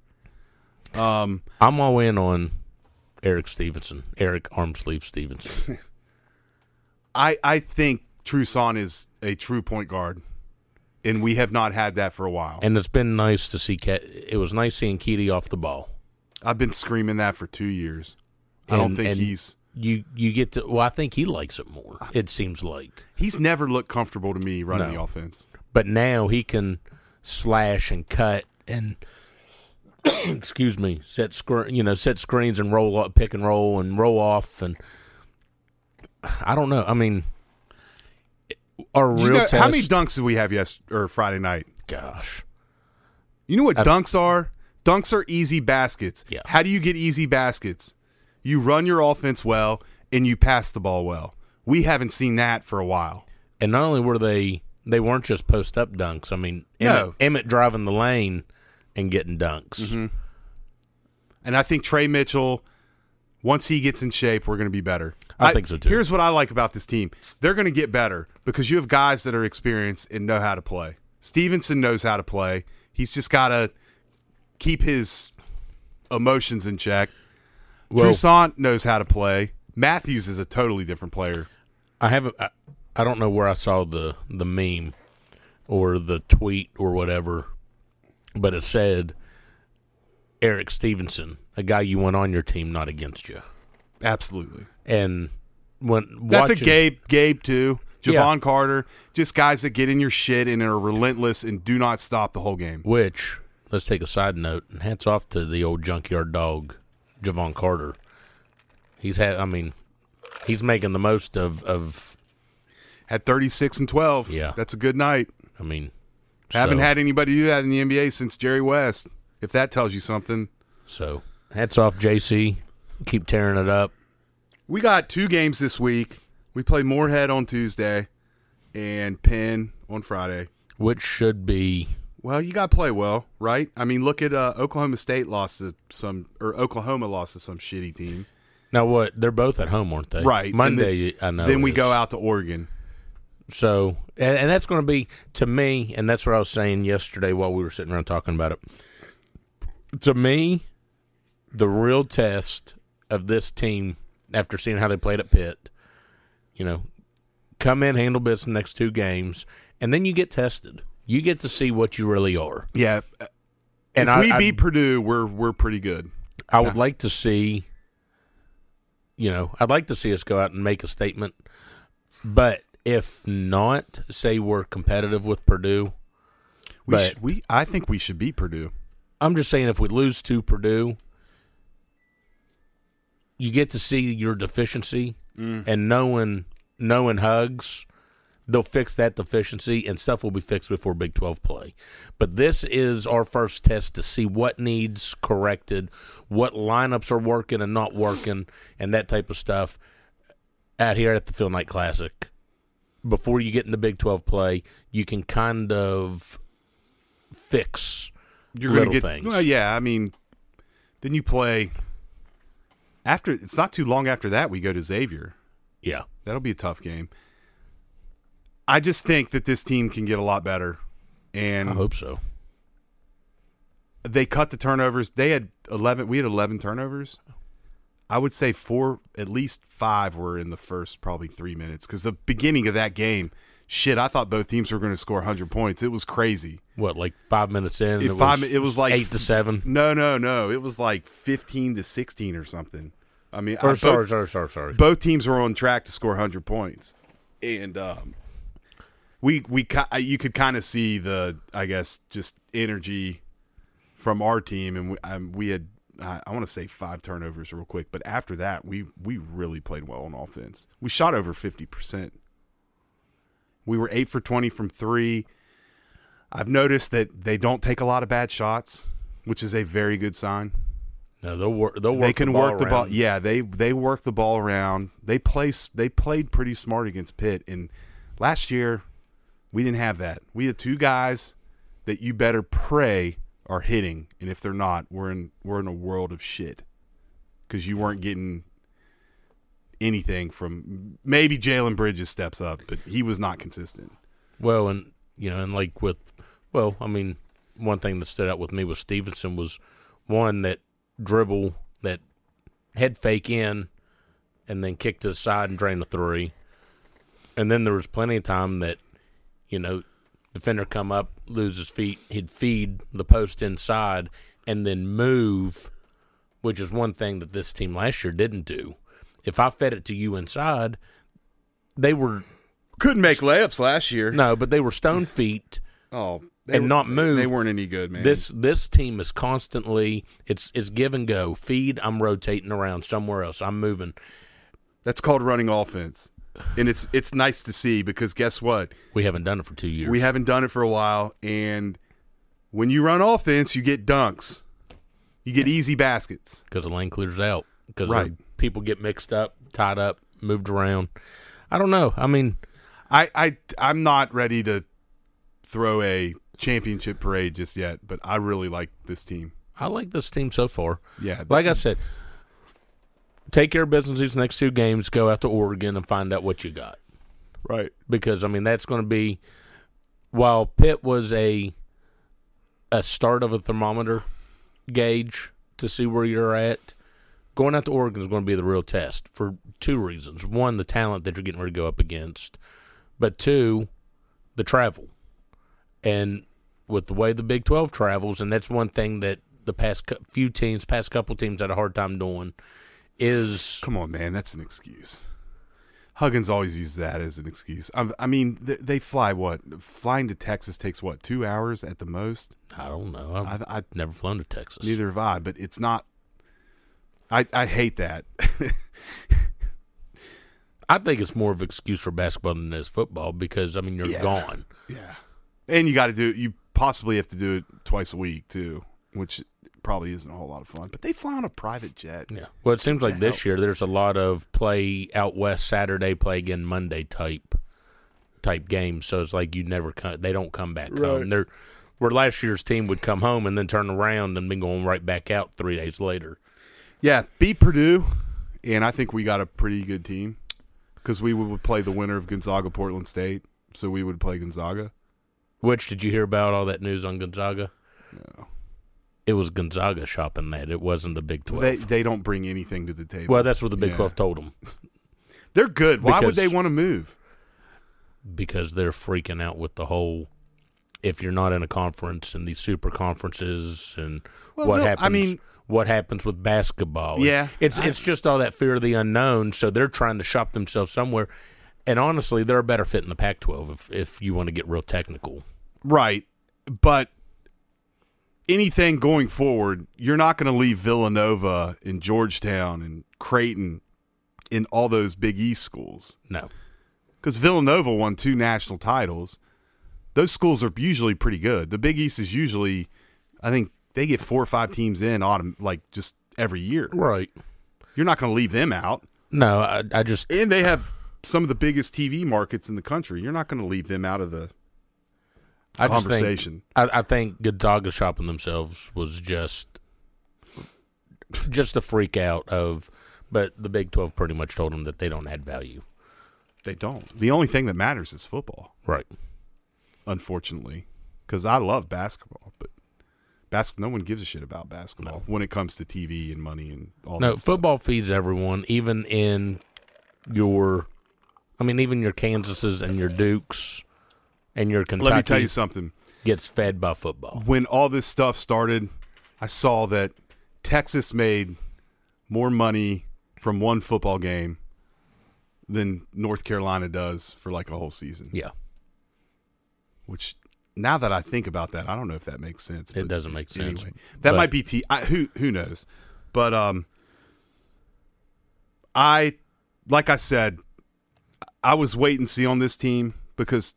Speaker 6: I'm all in on Eric Stevenson, Eric Armsleeve Stevenson.
Speaker 4: I I think Trusson is a true point guard, and we have not had that for a while.
Speaker 6: and it's been nice to see Cat. It was nice seeing Keedy off the ball.
Speaker 4: I've been screaming that for two years. I don't
Speaker 6: And-
Speaker 4: think
Speaker 6: and
Speaker 4: he's
Speaker 6: You you get to. Well, I think he likes it more. It seems like,
Speaker 4: he's never looked comfortable to me running
Speaker 6: No.
Speaker 4: the offense.
Speaker 6: but now he can slash and cut and excuse me, set screen. You know, set screens and roll up, pick and roll, and roll off. And I don't know. I mean, our
Speaker 4: You
Speaker 6: real
Speaker 4: know-
Speaker 6: test.
Speaker 4: how many dunks did we have yes or Friday night?
Speaker 6: Gosh,
Speaker 4: You know what
Speaker 6: I-
Speaker 4: dunks are? Dunks are easy baskets.
Speaker 6: Yeah.
Speaker 4: How do you get easy baskets? You run your offense well and you pass the ball well. We haven't seen that for a while.
Speaker 6: and not only were they they weren't just post up dunks. I mean, Emmett,
Speaker 4: No. Mm-hmm.
Speaker 6: Emmett driving the lane and getting dunks.
Speaker 4: And I think Trey Mitchell, once he gets in shape, we're going to be better.
Speaker 6: I think so, too.
Speaker 4: Here's what I like about this team they're going to get better because you have guys that are experienced and know how to play. Stevenson knows how to play. He's just got to keep his emotions in check.
Speaker 6: Well-
Speaker 4: Toussaint knows how to play. Matthews is a totally different player.
Speaker 6: I haven't. I, I don't know where I saw the the meme or the tweet or whatever, but it said Eric Stevenson, a guy you want on your team, not against you.
Speaker 4: Absolutely.
Speaker 6: And when
Speaker 4: That's
Speaker 6: watching-
Speaker 4: a Gabe, Gabe too. Javon
Speaker 6: Yeah.
Speaker 4: Carter, just guys that get in your shit and are relentless and do not stop the whole game.
Speaker 6: Which let's take a side note and hats off to the old junkyard dog, Javon Carter. He's had. I mean, he's making the most of of.
Speaker 4: Had 36 and 12.
Speaker 6: Yeah.
Speaker 4: That's a good night.
Speaker 6: I mean,
Speaker 4: Haven't
Speaker 6: so-
Speaker 4: had anybody do that in the NBA since Jerry West. If that tells you something,
Speaker 6: so. Hats off, JC. Keep tearing it up.
Speaker 4: we got two games this week. We play Moorhead on Tuesday and Penn on Friday.
Speaker 6: Which should be
Speaker 4: Well, you got to play well, right? I mean, look at uh, Oklahoma State lost to some, or Oklahoma lost to some shitty team.
Speaker 6: Now what? They're both at home, aren't they?
Speaker 4: Right. And
Speaker 6: Monday, I know.
Speaker 4: then we
Speaker 6: is.
Speaker 4: go out to Oregon.
Speaker 6: So, and, and that's going to be to me, and that's what I was saying yesterday while we were sitting around talking about it. To me, the real test of this team, after seeing how they played at Pitt, you know, come in, handle bits the next two games, and then you get tested. You get to see what you really are.
Speaker 4: Yeah.
Speaker 6: And
Speaker 4: if
Speaker 6: I,
Speaker 4: we
Speaker 6: I-
Speaker 4: beat Purdue, we're we're pretty good.
Speaker 6: I would like to see, you know, I'd like to see us go out and make a statement. But if not, say we're competitive with Purdue.
Speaker 4: We,
Speaker 6: But-
Speaker 4: sh- we I think we should beat Purdue.
Speaker 6: I'm just saying, if we lose to Purdue, you get to see your deficiency, and knowing knowing hugs, they'll fix that deficiency, and stuff will be fixed before Big Twelve play. But this is our first test to see what needs corrected, what lineups are working and not working, and that type of stuff. Out here at the Field Night Classic, before you get into Big Twelve play, you can kind of fix
Speaker 4: You're going
Speaker 6: little
Speaker 4: to get
Speaker 6: things.
Speaker 4: Well, yeah, I mean, then you play after. It's not too long after that we go to Xavier.
Speaker 6: Yeah.
Speaker 4: That'll be a tough game. I just think that this team can get a lot better, and
Speaker 6: I hope so.
Speaker 4: they cut the turnovers. They had eleven. We had eleven turnovers. I would say four, at least five, were in the first probably three minutes because the beginning of that game, shit, I thought both teams were going to score hundred points. It was crazy.
Speaker 6: What, like five minutes in?
Speaker 4: If I'm- it was like
Speaker 6: eight to seven.
Speaker 4: No, no, no. It was like fifteen to sixteen or something. I mean, I-
Speaker 6: Or
Speaker 4: both-
Speaker 6: sorry, sorry, sorry, sorry.
Speaker 4: both teams were on track to score 100 points and um, we we ki- uh, you could kind of see the i guess just energy from our team and we, um, we had i, I want to say five turnovers real quick but after that we we really played well on offense we shot over 50% we were 8 for 20 from 3 i've noticed that they don't take a lot of bad shots which is a very good sign
Speaker 6: no, they'll work. They'll work.
Speaker 4: they
Speaker 6: the
Speaker 4: can
Speaker 6: ball
Speaker 4: work the ball.
Speaker 6: around.
Speaker 4: Yeah, they they work the ball around. They play. s- They played pretty smart against Pitt. And last year, we didn't have that. We had two guys that you better pray are hitting, and if they're not, we're in we're in a world of shit because you weren't getting anything from maybe Jalen Bridges steps up, but he was not consistent.
Speaker 6: Well, and you know, and like with, well, I mean, one thing that stood out with me with Stevenson was one that dribble that head fake in, and then kick to the side and drain a three, and then there was plenty of time that, you know, defender come up, lose his feet, he'd feed the post inside, and then move, which is one thing that this team last year didn't do. If I fed it to you inside, they were
Speaker 10: Couldn't make layups last year.
Speaker 6: no, but they were stone feet.
Speaker 10: Oh,
Speaker 6: And not move.
Speaker 4: They weren't any good, man.
Speaker 6: This this team is constantly it's it's give and go. Feed, I'm rotating around somewhere else. I'm moving.
Speaker 4: That's called running offense. And it's it's nice to see because guess what?
Speaker 6: We haven't done it for two years.
Speaker 4: We haven't done it for a while and when you run offense, you get dunks. You get easy baskets.
Speaker 6: because the lane clears out because
Speaker 4: Right.
Speaker 6: people get mixed up, tied up, moved around. I don't know. I mean,
Speaker 4: I, I I'm not ready to throw a championship parade just yet, but I really like this team.
Speaker 6: I like this team so far.
Speaker 4: Yeah.
Speaker 6: Like I said, take care of business these next two games. Go out to Oregon and find out what you got
Speaker 4: Right.
Speaker 6: because I mean that's going to be while Pitt was a a start of a thermometer gauge to see where you're at. Going out to Oregon is going to be the real test for two reasons: one, the talent that you're getting ready to go up against, but two, the travel. And with the way the Big Twelve travels, and that's one thing that the past cou- few teams, past couple teams, had a hard time doing is
Speaker 4: Come on, man. That's an excuse. Huggins always uses that as an excuse. I, I mean, th- they fly what? Flying to Texas takes what? Two hours at the most.
Speaker 6: I don't know. I've,
Speaker 4: I- I-
Speaker 6: I've never flown to Texas.
Speaker 4: Neither have I. But it's not. I I hate that.
Speaker 6: I think it's more of an excuse for basketball than it is football because I mean you're
Speaker 4: Yeah.
Speaker 6: gone.
Speaker 4: yeah. And you got to do. You possibly have to do it twice a week too, which probably isn't a whole lot of fun. But they fly on a private jet.
Speaker 6: Yeah. Well, it seems like this year there's a lot of play out west Saturday, play again Monday type type games. So it's like you never come. They don't come back home. They're where last year's team would come home and then turn around and be going right back out three days later.
Speaker 4: Yeah, beat Purdue, and I think we got a pretty good team because we would play the winner of Gonzaga Portland State, so we would play Gonzaga.
Speaker 6: Which did you hear about all that news on Gonzaga? No. It was Gonzaga shopping that. It wasn't the Big Twelve.
Speaker 4: They they don't bring anything to the table.
Speaker 6: well, that's what the Big
Speaker 4: Yeah.
Speaker 6: Twelve told them
Speaker 4: They're good. Why would
Speaker 6: Because-
Speaker 4: they want to move?
Speaker 6: because they're freaking out with the whole. If you're not in a conference and these super conferences and
Speaker 4: Well,
Speaker 6: what
Speaker 4: no, I
Speaker 6: happens,
Speaker 4: mean-
Speaker 6: what happens with basketball? And
Speaker 4: Yeah,
Speaker 6: it's it's just all that fear of the unknown. So they're trying to shop themselves somewhere. And honestly, they're a better fit in the Pac-12 if if you want to get real technical.
Speaker 4: Right, but anything going forward, you're not going to leave Villanova and Georgetown and Creighton in all those Big East schools
Speaker 6: No,
Speaker 4: because Villanova won two national titles. Those schools are usually pretty good. The Big East is usually, I think, they get four or five teams in autumn like just every year.
Speaker 6: right?
Speaker 4: You're not going to leave them out,
Speaker 6: No, I, I just
Speaker 4: and they have some of the biggest TV markets in the country. You're not going to leave them out of the
Speaker 6: I just think-
Speaker 4: conversation.
Speaker 6: I, I think Gonzaga shopping themselves was just just a freak out of, but the Big Twelve pretty much told them that they don't add value.
Speaker 4: They don't. The only thing that matters is football,
Speaker 6: Right.
Speaker 4: unfortunately, because I love basketball, but bas- no one gives a shit about basketball when it comes to TV and money and all
Speaker 6: No,
Speaker 4: that stuff.
Speaker 6: football feeds everyone, even in your, I mean, even your Kansases and your Dukes and your Kentucky
Speaker 4: Let me tell you something.
Speaker 6: gets fed by football.
Speaker 4: When all this stuff started, I saw that Texas made more money from one football game than North Carolina does for like a whole season.
Speaker 6: Yeah,
Speaker 4: Which now that I think about that, I don't know if that makes sense.
Speaker 6: it
Speaker 4: but-
Speaker 6: doesn't make sense.
Speaker 4: Anyway, that
Speaker 6: but
Speaker 4: might be T. I, who who knows? But um, I like I said, I was wait and see on this team because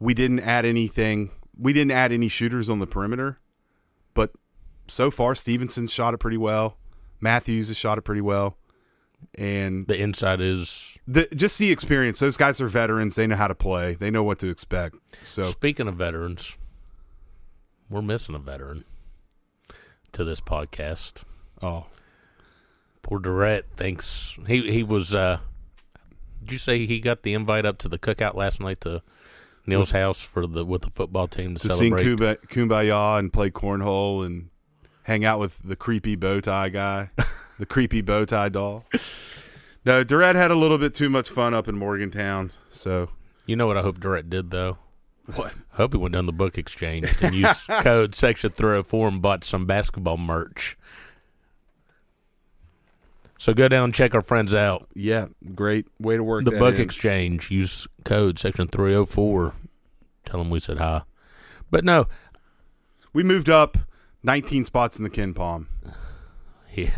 Speaker 4: we didn't add anything. We didn't add any shooters on the perimeter, but so far Stevenson shot it pretty well. Matthews has shot it pretty well, and
Speaker 6: the inside is.
Speaker 4: the, just the experience. Those guys are veterans. They know how to play. They know what to expect. So
Speaker 6: Speaking of veterans, we're missing a veteran to this podcast.
Speaker 4: oh.
Speaker 6: Michael Durrett thinks he he was. Uh, did you say he got the invite up to the cookout last night to Neil's house for the with the football team to,
Speaker 4: to sing
Speaker 6: celebrate?
Speaker 4: Kumba- Kumbaya and play cornhole and hang out with the creepy bow tie guy, the creepy bow tie doll. No, Durrett had a little bit too much fun up in Morgantown, so
Speaker 6: You know what I hope Durrett did though.
Speaker 4: What?
Speaker 6: I hope he went down the book exchange and used code section 304 and bought some basketball merch. So go down and check our friends out.
Speaker 4: Yeah, great way to work
Speaker 6: the
Speaker 4: that
Speaker 6: book
Speaker 4: in.
Speaker 6: exchange. Use code section 304. Tell them we said hi. But no,
Speaker 4: we moved up 19 spots in the Ken Palm.
Speaker 6: Yeah.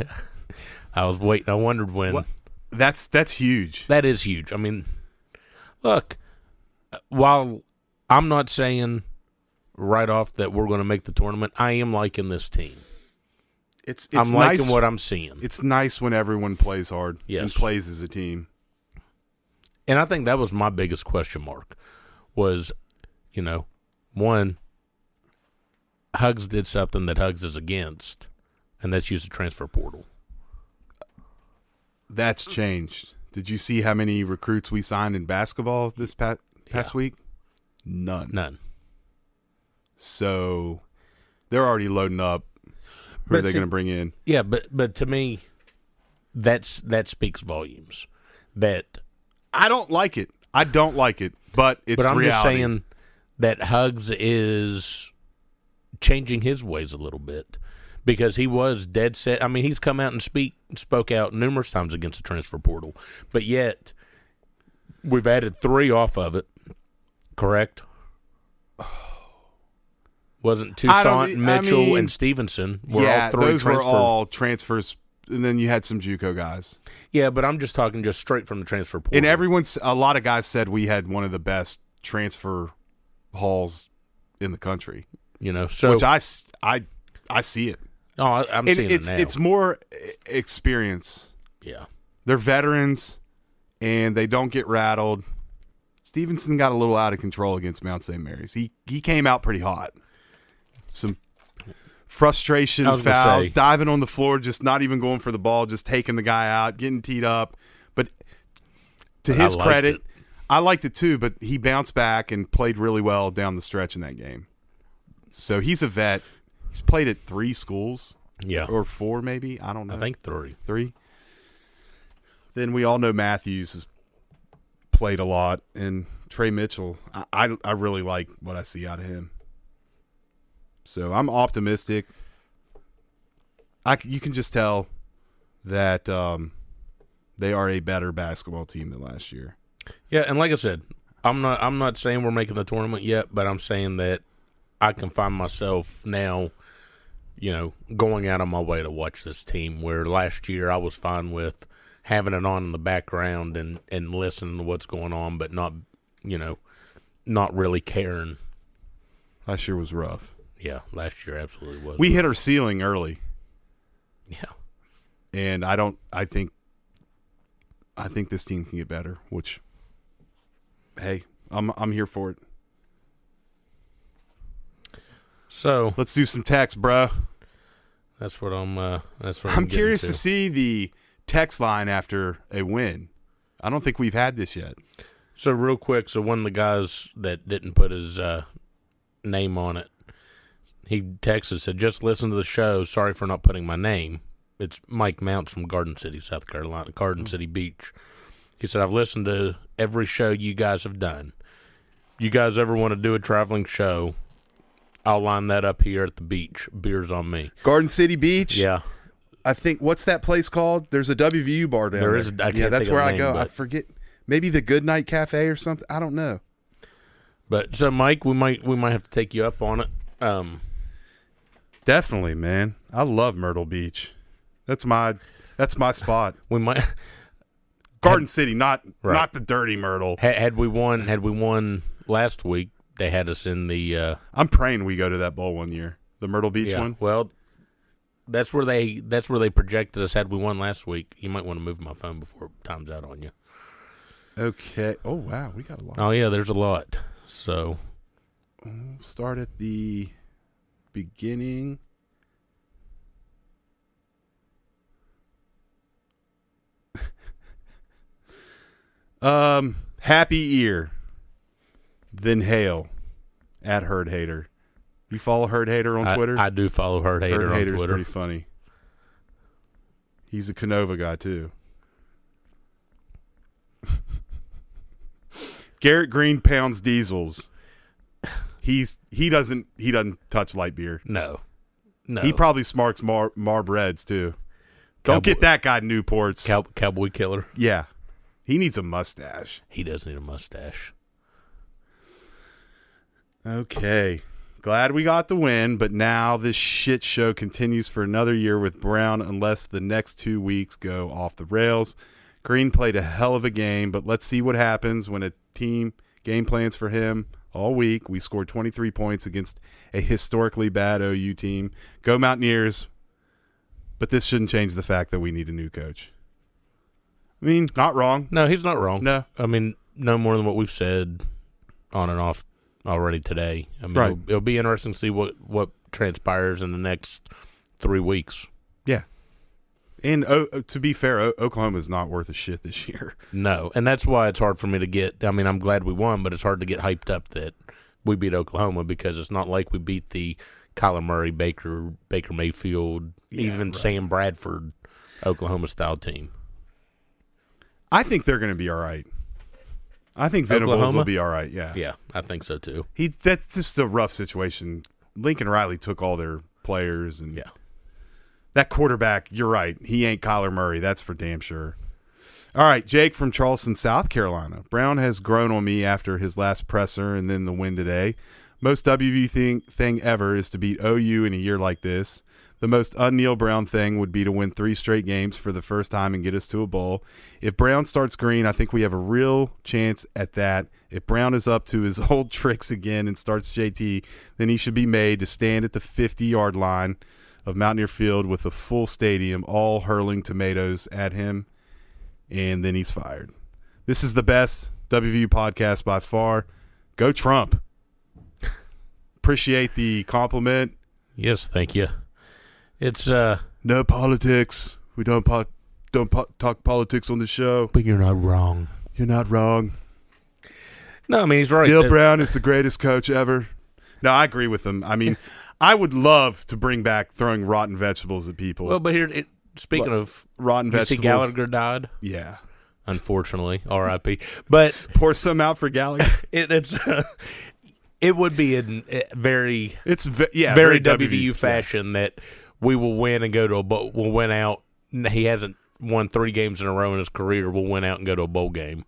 Speaker 6: I was waiting. I wondered when.
Speaker 4: What- That's that's huge.
Speaker 6: That is huge. I mean, look, while I'm not saying right off that we're going to make the tournament, I am liking this team.
Speaker 4: It's it's
Speaker 6: I'm liking
Speaker 4: nice.
Speaker 6: what I'm seeing.
Speaker 4: it's nice when everyone plays hard
Speaker 6: Yes.
Speaker 4: and plays as a team.
Speaker 6: And I think that was my biggest question mark was, you know, one, Hugs did something that Hugs is against, and that's use the transfer portal. Mm-hmm.
Speaker 4: That's changed. Did you see how many recruits we signed in basketball this past past week? None.
Speaker 6: None.
Speaker 4: So they're already loading up. Who are
Speaker 6: But
Speaker 4: they
Speaker 6: see-
Speaker 4: going to bring in?
Speaker 6: Yeah, but but to me, that's that speaks volumes. That
Speaker 4: I don't like it. I don't like it, but it's
Speaker 6: but I'm
Speaker 4: reality.
Speaker 6: just saying that Hugs is changing his ways a little bit because he was dead set. I mean, he's come out and speak spoke out numerous times against the transfer portal, but yet we've added three off of it. Correct? Wasn't
Speaker 4: I don't- e-
Speaker 6: Toussaint,
Speaker 4: I
Speaker 6: Mitchell,
Speaker 4: mean-
Speaker 6: and Stevenson were
Speaker 4: yeah,
Speaker 6: all three
Speaker 4: those
Speaker 6: transfer?
Speaker 4: were all transfers, and then you had some JUCO guys.
Speaker 6: yeah, but I'm just talking just straight from the transfer portal.
Speaker 4: And everyone's a lot of guys said we had one of the best transfer hauls in the country,
Speaker 6: you know, so
Speaker 4: which I s- I- I see it.
Speaker 6: no, I, I'm
Speaker 4: And
Speaker 6: seeing
Speaker 4: it's
Speaker 6: it now.
Speaker 4: it's more e- experience.
Speaker 6: yeah.
Speaker 4: They're veterans, and they don't get rattled. Stevenson got a little out of control against Mount St. Mary's. He he came out pretty hot. Some frustration
Speaker 6: I was gonna
Speaker 4: fouls,
Speaker 6: say.
Speaker 4: diving on the floor, just not even going for the ball, just taking the guy out, getting teed up. But to
Speaker 6: But I
Speaker 4: his
Speaker 6: liked
Speaker 4: credit,
Speaker 6: it.
Speaker 4: I liked it too. But he bounced back and played really well down the stretch in that game. So he's a vet. He's played at three schools
Speaker 6: Yeah,
Speaker 4: or four, maybe. I don't know
Speaker 6: Oh. I think three.
Speaker 4: three. Then we all know Matthews has played a lot, and Trey Mitchell. I, I I really like what I see out of him. So I'm optimistic. I c- you can just tell that um, they are a better basketball team than last year.
Speaker 6: Yeah, and like I said, I'm not I'm not saying we're making the tournament yet, but I'm saying that I can find myself now, you know, going out of my way to watch this team where last year I was fine with having it on in the background and and listening to what's going on but not, you know, not really caring.
Speaker 4: Last year was rough.
Speaker 6: Yeah, last year absolutely was.
Speaker 4: We hit our ceiling early,
Speaker 6: yeah.
Speaker 4: and I don't. I think. I think this team can get better. Which, hey, I'm I'm here for it.
Speaker 6: So,
Speaker 4: Let's do some text, bro.
Speaker 6: that's what I'm uh that's what I'm,
Speaker 4: I'm
Speaker 6: getting
Speaker 4: curious to
Speaker 6: to
Speaker 4: see the text line after a win. I don't think we've had this yet.
Speaker 6: So real quick, so one of the guys that didn't put his uh, name on it, he texted said, "Just listen to the show. Sorry for not putting my name. It's Mike Mounts from Garden City, South Carolina, Garden City Beach." He said, "I've listened to every show you guys have done. You guys ever want to do a traveling show? I'll line that up here at the beach. Beers on me.
Speaker 4: Garden City Beach.
Speaker 6: Yeah,
Speaker 4: I think what's that place called? There's a WVU bar down
Speaker 6: There
Speaker 4: there.
Speaker 6: is- I can't
Speaker 4: yeah, that's
Speaker 6: think of
Speaker 4: where
Speaker 6: the
Speaker 4: I
Speaker 6: name,
Speaker 4: go. I
Speaker 6: but-
Speaker 4: forget. Maybe the Good Night Cafe or something. I don't know.
Speaker 6: but so Mike, we might we might have to take you up on it. Um,
Speaker 4: Definitely, man. I love Myrtle Beach. That's my that's my spot.
Speaker 6: we might."
Speaker 4: Garden City, not
Speaker 6: Right.
Speaker 4: not the dirty Myrtle.
Speaker 6: Had, had we won, had we won last week, they had us in the uh,
Speaker 4: I'm praying we go to that bowl one year. The Myrtle Beach
Speaker 6: yeah,
Speaker 4: one.
Speaker 6: Well, that's where they that's where they projected us. Had we won last week, you might want to move my phone before time's out on you.
Speaker 4: Okay. Oh wow, we got a lot.
Speaker 6: Oh yeah, there's a lot. So
Speaker 4: start at the beginning. Um, happy ear. Then hail at Herd Hater. You follow Herd Hater on
Speaker 6: I-
Speaker 4: Twitter?
Speaker 6: I, do follow Herd Hater
Speaker 4: Herd
Speaker 6: on
Speaker 4: Hater's
Speaker 6: Twitter.
Speaker 4: pretty funny. He's a Canova guy too. Garrett Green pounds diesels. He's he doesn't he doesn't touch light beer.
Speaker 6: No, no.
Speaker 4: He probably smarks Mar Marbreds too. Don't
Speaker 6: Cowboy-
Speaker 4: get that guy Newports.
Speaker 6: Cow- cowboy killer.
Speaker 4: yeah, he needs a mustache.
Speaker 6: He does need a mustache.
Speaker 4: Okay. Glad we got the win, but now this shit show continues for another year with Brown unless the next two weeks go off the rails. Green played a hell of a game, but let's see what happens when a team game plans for him all week. We scored 23 points against a historically bad OU team. Go Mountaineers, but this shouldn't change the fact that we need a new coach. I mean, not wrong.
Speaker 6: No, he's not wrong.
Speaker 4: No.
Speaker 6: I mean, no more than what we've said on and off already today. I mean,
Speaker 4: Right.
Speaker 6: it'll, it'll be interesting to see what, what transpires in the next three weeks.
Speaker 4: Yeah. And oh, to be fair, o- Oklahoma's not worth a shit this year.
Speaker 6: No, and that's why it's hard for me to get. I mean, I'm glad we won, but it's hard to get hyped up that we beat Oklahoma because it's not like we beat the Kyler Murray, Baker, Baker Mayfield, even Sam Bradford, Oklahoma style team.
Speaker 4: I think they're going to be all right. I think Venables will
Speaker 6: Oklahoma?
Speaker 4: be all right. Yeah.
Speaker 6: Yeah, I think so too.
Speaker 4: He that's just a rough situation. Lincoln Riley took all their players and
Speaker 6: Yeah.
Speaker 4: that quarterback, you're right. He ain't Kyler Murray. That's for damn sure. All right, Jake from Charleston, South Carolina. Brown has grown on me after his last presser and then the win today. Most WV thing, thing ever is to beat OU in a year like this. The most un-Neil Brown thing would be to win three straight games for the first time and get us to a bowl. If Brown starts green, I think we have a real chance at that. If Brown is up to his old tricks again and starts JT, then he should be made to stand at the 50-yard line of Mountaineer Field with a full stadium all hurling tomatoes at him, and then he's fired. This is the best WVU podcast by far. Go Trump. Appreciate the compliment.
Speaker 6: Yes, thank you. It's uh,
Speaker 4: No politics. We don't po- don't po- talk politics on the show.
Speaker 6: but you're not wrong.
Speaker 4: You're not wrong.
Speaker 6: No, I mean he's right.
Speaker 4: Neil
Speaker 6: That-
Speaker 4: Brown is the greatest coach ever. No, I agree with him. I mean, I would love to bring back throwing rotten vegetables at people.
Speaker 6: Well, but here, it, speaking of
Speaker 4: rotten
Speaker 6: you see
Speaker 4: vegetables.
Speaker 6: Gallagher died,
Speaker 4: yeah.
Speaker 6: unfortunately, R.I.P. But
Speaker 4: Pour some out for Gallagher.
Speaker 6: it, it's uh, it would be in uh, very
Speaker 4: It's ve- yeah,
Speaker 6: very,
Speaker 4: yeah.
Speaker 6: WVU fashion that we will win and go to a bowl. We'll win out. He hasn't won three games in a row in his career. We'll win out and go to a bowl game.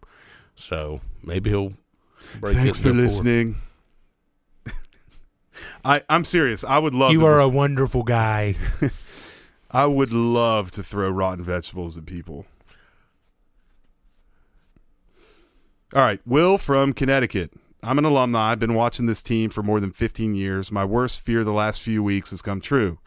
Speaker 6: So maybe he'll. Break
Speaker 4: Thanks
Speaker 6: it
Speaker 4: for
Speaker 6: before.
Speaker 4: listening. I I'm serious. I would love.
Speaker 6: You
Speaker 4: to,
Speaker 6: are a wonderful guy.
Speaker 4: I would love to throw rotten vegetables at people. All right, Will from Connecticut. I'm an alumni. I've been watching this team for more than 15 years. My worst fear the last few weeks has come true.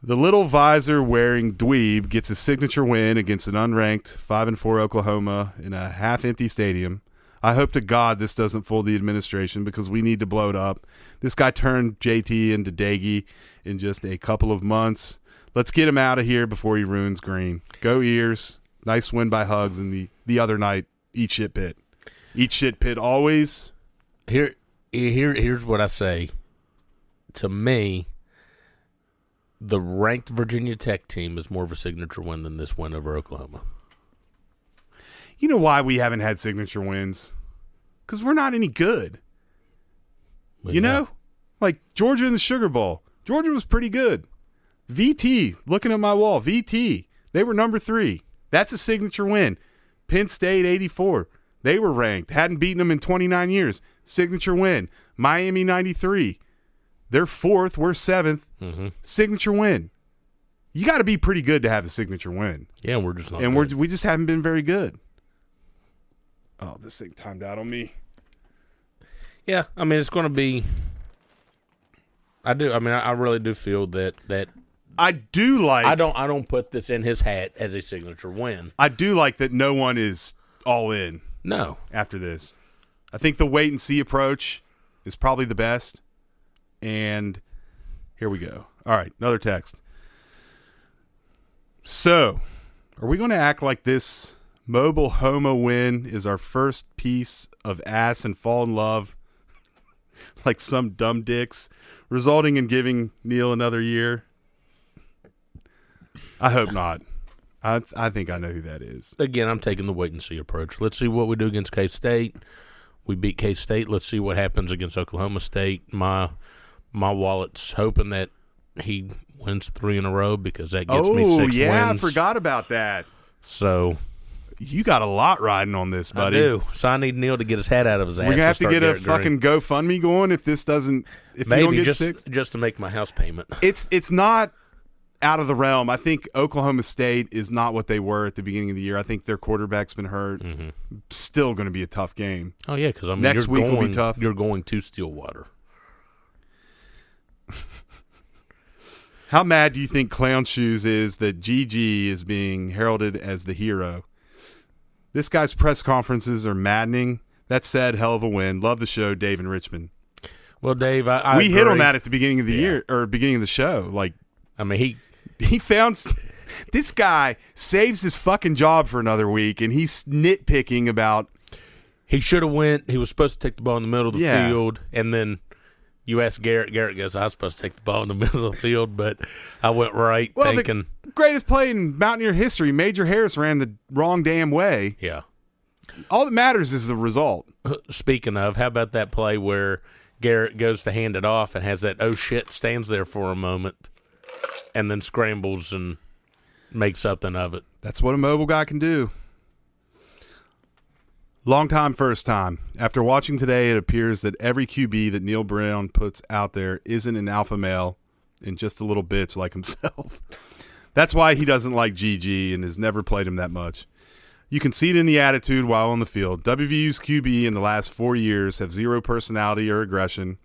Speaker 4: The little visor wearing dweeb gets a signature win against an unranked 5 and 4 Oklahoma in a half empty stadium. I hope to God this doesn't fool the administration because we need to blow it up. This guy turned JT into Daggy in just a couple of months. Let's get him out of here before he ruins Green. Go Ears. Nice win by Hugs and the, the other night. Eat shit pit. Eat shit pit always.
Speaker 6: here here here's what I say. To me, the ranked Virginia Tech team is more of a signature win than this win over Oklahoma.
Speaker 4: You know why we haven't had signature wins? Because we're not any good.
Speaker 6: But
Speaker 4: You
Speaker 6: yeah,
Speaker 4: know, like Georgia in the Sugar Bowl. Georgia was pretty good. VT, looking at my wall, VT, they were number three. That's a signature win. Penn State, 84. They were ranked. Hadn't beaten them in 29 years. Signature win. Miami, 93. They're fourth. We're 7th
Speaker 6: Mm-hmm.
Speaker 4: Signature win. You got to be pretty good to have a signature win.
Speaker 6: yeah, we're just not.
Speaker 4: and we're,
Speaker 6: good.
Speaker 4: we just haven't been very good. Oh, this thing timed out on me.
Speaker 6: yeah. I mean, it's going to be. I do. I mean, I, I really do feel that that
Speaker 4: I do like.
Speaker 6: I don't. I don't put this in his hat as a signature win.
Speaker 4: I do like that no one is all in
Speaker 6: No,
Speaker 4: after this. I think the wait and see approach is probably the best. And here we go. All right, another text. So, are we going to act like this Mobile Homo Win is our first piece of ass and fall in love like some dumb dicks, resulting in giving Neil another year. I hope not. I I think I know who that is.
Speaker 6: Again, I'm taking the wait and see approach. Let's see what we do against K State. We beat K State. Let's see what happens against Oklahoma State. My my wallet's hoping that he wins three in a row because that gets
Speaker 4: oh,
Speaker 6: me six
Speaker 4: yeah,
Speaker 6: wins.
Speaker 4: I forgot about that.
Speaker 6: So
Speaker 4: You got a lot riding on this, buddy.
Speaker 6: I do. So I need Neil to get his hat out of his ass.
Speaker 4: We're gonna
Speaker 6: and
Speaker 4: have to
Speaker 6: start
Speaker 4: get a
Speaker 6: Garrett Green.
Speaker 4: fucking GoFundMe going if this doesn't. If you don't
Speaker 6: maybe
Speaker 4: get
Speaker 6: just
Speaker 4: six,
Speaker 6: just to make my house payment.
Speaker 4: it's it's not out of the realm. I think Oklahoma State is not what they were at the beginning of the year. I think their quarterback's been hurt.
Speaker 6: Mm-hmm.
Speaker 4: Still going to be a tough game.
Speaker 6: Oh yeah, because I mean,
Speaker 4: Next
Speaker 6: you're
Speaker 4: week will
Speaker 6: going,
Speaker 4: be tough.
Speaker 6: You're going to Stillwater.
Speaker 4: How mad do you think Clown Shoes is that GG is being heralded as the hero? This guy's press conferences are maddening. That said, hell of a win. Love the show, Dave and Richmond.
Speaker 6: Well, Dave, I, I
Speaker 4: we hit on
Speaker 6: agree.
Speaker 4: that at the beginning of the year or beginning of the show. Like
Speaker 6: I mean, he
Speaker 4: he found s- this guy saves his fucking job for another week, and he's nitpicking about
Speaker 6: he should have went. He was supposed to take the ball in the middle of the
Speaker 4: Yeah.
Speaker 6: field, and then you ask Garrett. Garrett goes, "I was supposed to take the ball in the middle of the field, but I went right,
Speaker 4: well
Speaker 6: thinking,
Speaker 4: the greatest play in Mountaineer history. Major Harris ran the wrong damn way.
Speaker 6: yeah."
Speaker 4: All that matters is the result.
Speaker 6: Speaking of, how about that play where Garrett goes to hand it off and has that oh shit stands there for a moment, and then scrambles and makes something of it.
Speaker 4: That's what a mobile guy can do. Long time, first time. After watching today, it appears that every QB that Neil Brown puts out there isn't an alpha male and just a little bitch like himself. That's why he doesn't like GG and has never played him that much. You can see it in the attitude while on the field. WVU's QB in the last four years have zero personality or aggression,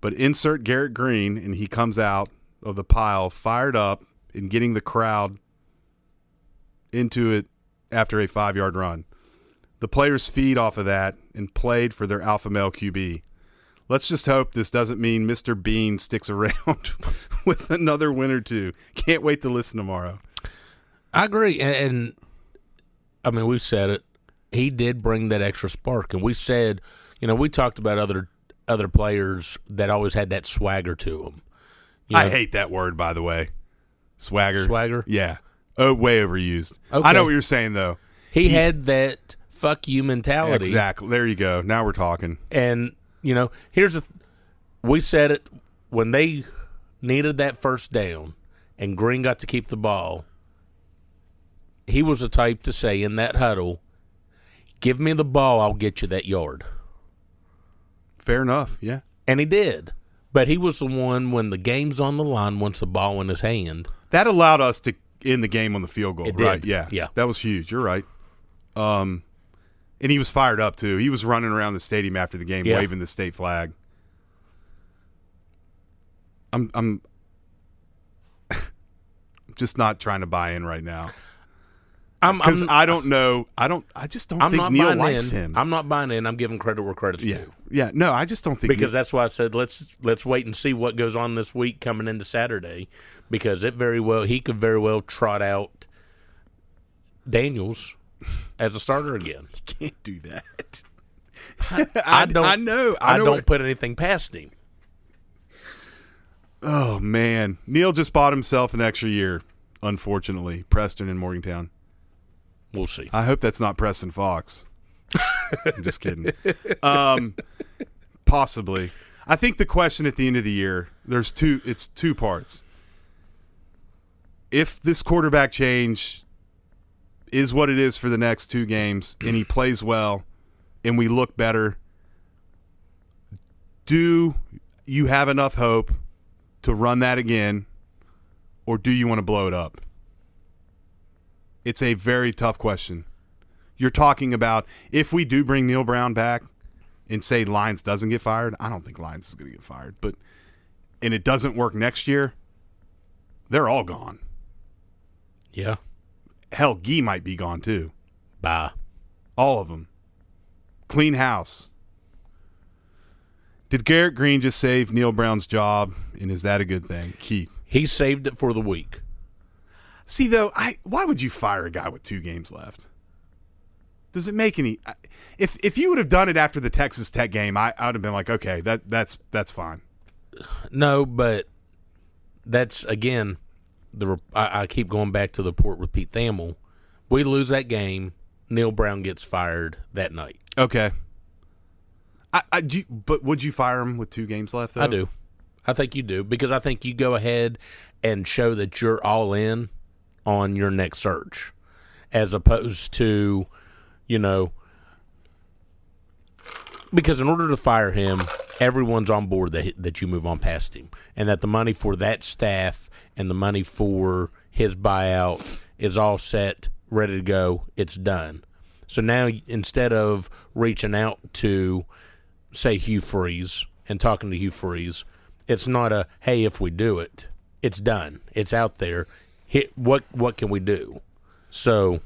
Speaker 4: but insert Garrett Green and he comes out of the pile fired up and getting the crowd into it after a five yard run. The players feed off of that and played for their alpha male QB. Let's just hope this doesn't mean Mr. Bean sticks around with another win or two. Can't wait to listen tomorrow.
Speaker 6: I agree, and, and I mean we've said it. He did bring that extra spark, and we said, you know, we talked about other other players that always had that swagger to them.
Speaker 4: I hate that word, by the way. Swagger.
Speaker 6: Swagger?
Speaker 4: Yeah. Oh, way overused. I
Speaker 6: Okay.
Speaker 4: know what you're saying, though.
Speaker 6: He, had that fuck you mentality,
Speaker 4: Exactly. There you go. Now we're talking.
Speaker 6: and you know, here's the. We said it when they needed that first down, and Green got to keep the ball. He was the type to say in that huddle, "Give me the ball, I'll get you that yard."
Speaker 4: Fair enough. Yeah.
Speaker 6: And he did. But he was the one when the game's on the line, once the ball in his hand.
Speaker 4: That allowed us to end the game on the field goal,
Speaker 6: It did.
Speaker 4: right? Yeah,
Speaker 6: Yeah.
Speaker 4: That was huge. You're right. Um, and he was fired up too. He was running around the stadium after the game,
Speaker 6: Yeah.
Speaker 4: waving the state flag. I'm, I'm just not trying to buy in right now
Speaker 6: I'm,
Speaker 4: because
Speaker 6: I'm,
Speaker 4: I don't know. I don't. I just don't
Speaker 6: I'm
Speaker 4: think
Speaker 6: not
Speaker 4: Neil
Speaker 6: buying
Speaker 4: likes
Speaker 6: in.
Speaker 4: him.
Speaker 6: I'm not buying in. I'm giving credit where credit's
Speaker 4: yeah,
Speaker 6: due.
Speaker 4: yeah. No, I just don't think
Speaker 6: Because
Speaker 4: Neil-
Speaker 6: that's why I said let's let's wait and see what goes on this week coming into Saturday, because it very well he could very well trot out Daniels as a starter again.
Speaker 4: can't do that.
Speaker 6: I, don't.
Speaker 4: I know. I
Speaker 6: I,
Speaker 4: know
Speaker 6: don't
Speaker 4: what-
Speaker 6: put anything past him.
Speaker 4: Oh man, Neil just bought himself an extra year. Unfortunately, Preston and Morgantown.
Speaker 6: We'll see.
Speaker 4: I hope that's not Preston Fox. I'm just kidding. Um, possibly. I think the question at the end of the year, there's two. It's two parts. If this quarterback change is what it is for the next two games, and he plays well, and we look better, do you have enough hope to run that again, or do you want to blow it up? It's a very tough question. You're talking about if we do bring Neil Brown back and say Lyons doesn't get fired, I don't think Lyons is going to get fired, but and it doesn't work next year, they're all gone.
Speaker 6: Yeah.
Speaker 4: Hell, Gee might be gone too.
Speaker 6: Bye.
Speaker 4: All of them. Clean house. Did Garrett Green just save Neil Brown's job, and is that a good thing, Keith?
Speaker 6: He saved it for the week.
Speaker 4: See though, I why would you fire a guy with two games left? Does it make any? I- If if you would have done it after the Texas Tech game, I, I would have been like, okay, that that's that's fine.
Speaker 6: No, but that's again the. re- I, I keep going back to the port with Pete Thamel. We lose that game. Neil Brown gets fired that night.
Speaker 4: Okay. I, I do, you- but would you fire him with two games left? Though?
Speaker 6: I do. I think you do because I think you go ahead and show that you're all in on your next search, as opposed to, you know, because in order to fire him, everyone's on board that that you move on past him, and that the money for that staff and the money for his buyout is all set, ready to go. It's done. So now instead of reaching out to say Hugh Freeze and talking to Hugh Freeze, it's not a hey if we do it, it's done. It's out there. Hit what what can we do? So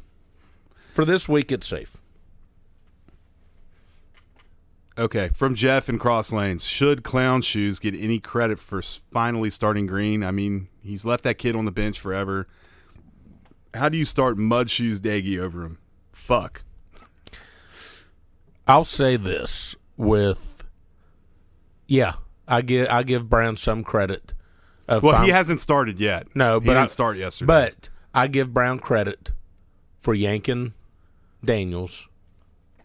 Speaker 6: for this week, it's safe.
Speaker 4: Okay, from Jeff in Cross Lanes. Should Clown Shoes get any credit for s- finally starting green? I mean, he's left that kid on the bench forever. How do you start Mud Shoes Daggy over him? Fuck.
Speaker 6: I'll say this with yeah, I give I give Brown some credit. Of
Speaker 4: Well,
Speaker 6: fin-
Speaker 4: he hasn't started yet.
Speaker 6: No,
Speaker 4: he
Speaker 6: but
Speaker 4: didn't
Speaker 6: I-
Speaker 4: start yesterday.
Speaker 6: But I give Brown credit for yanking Daniels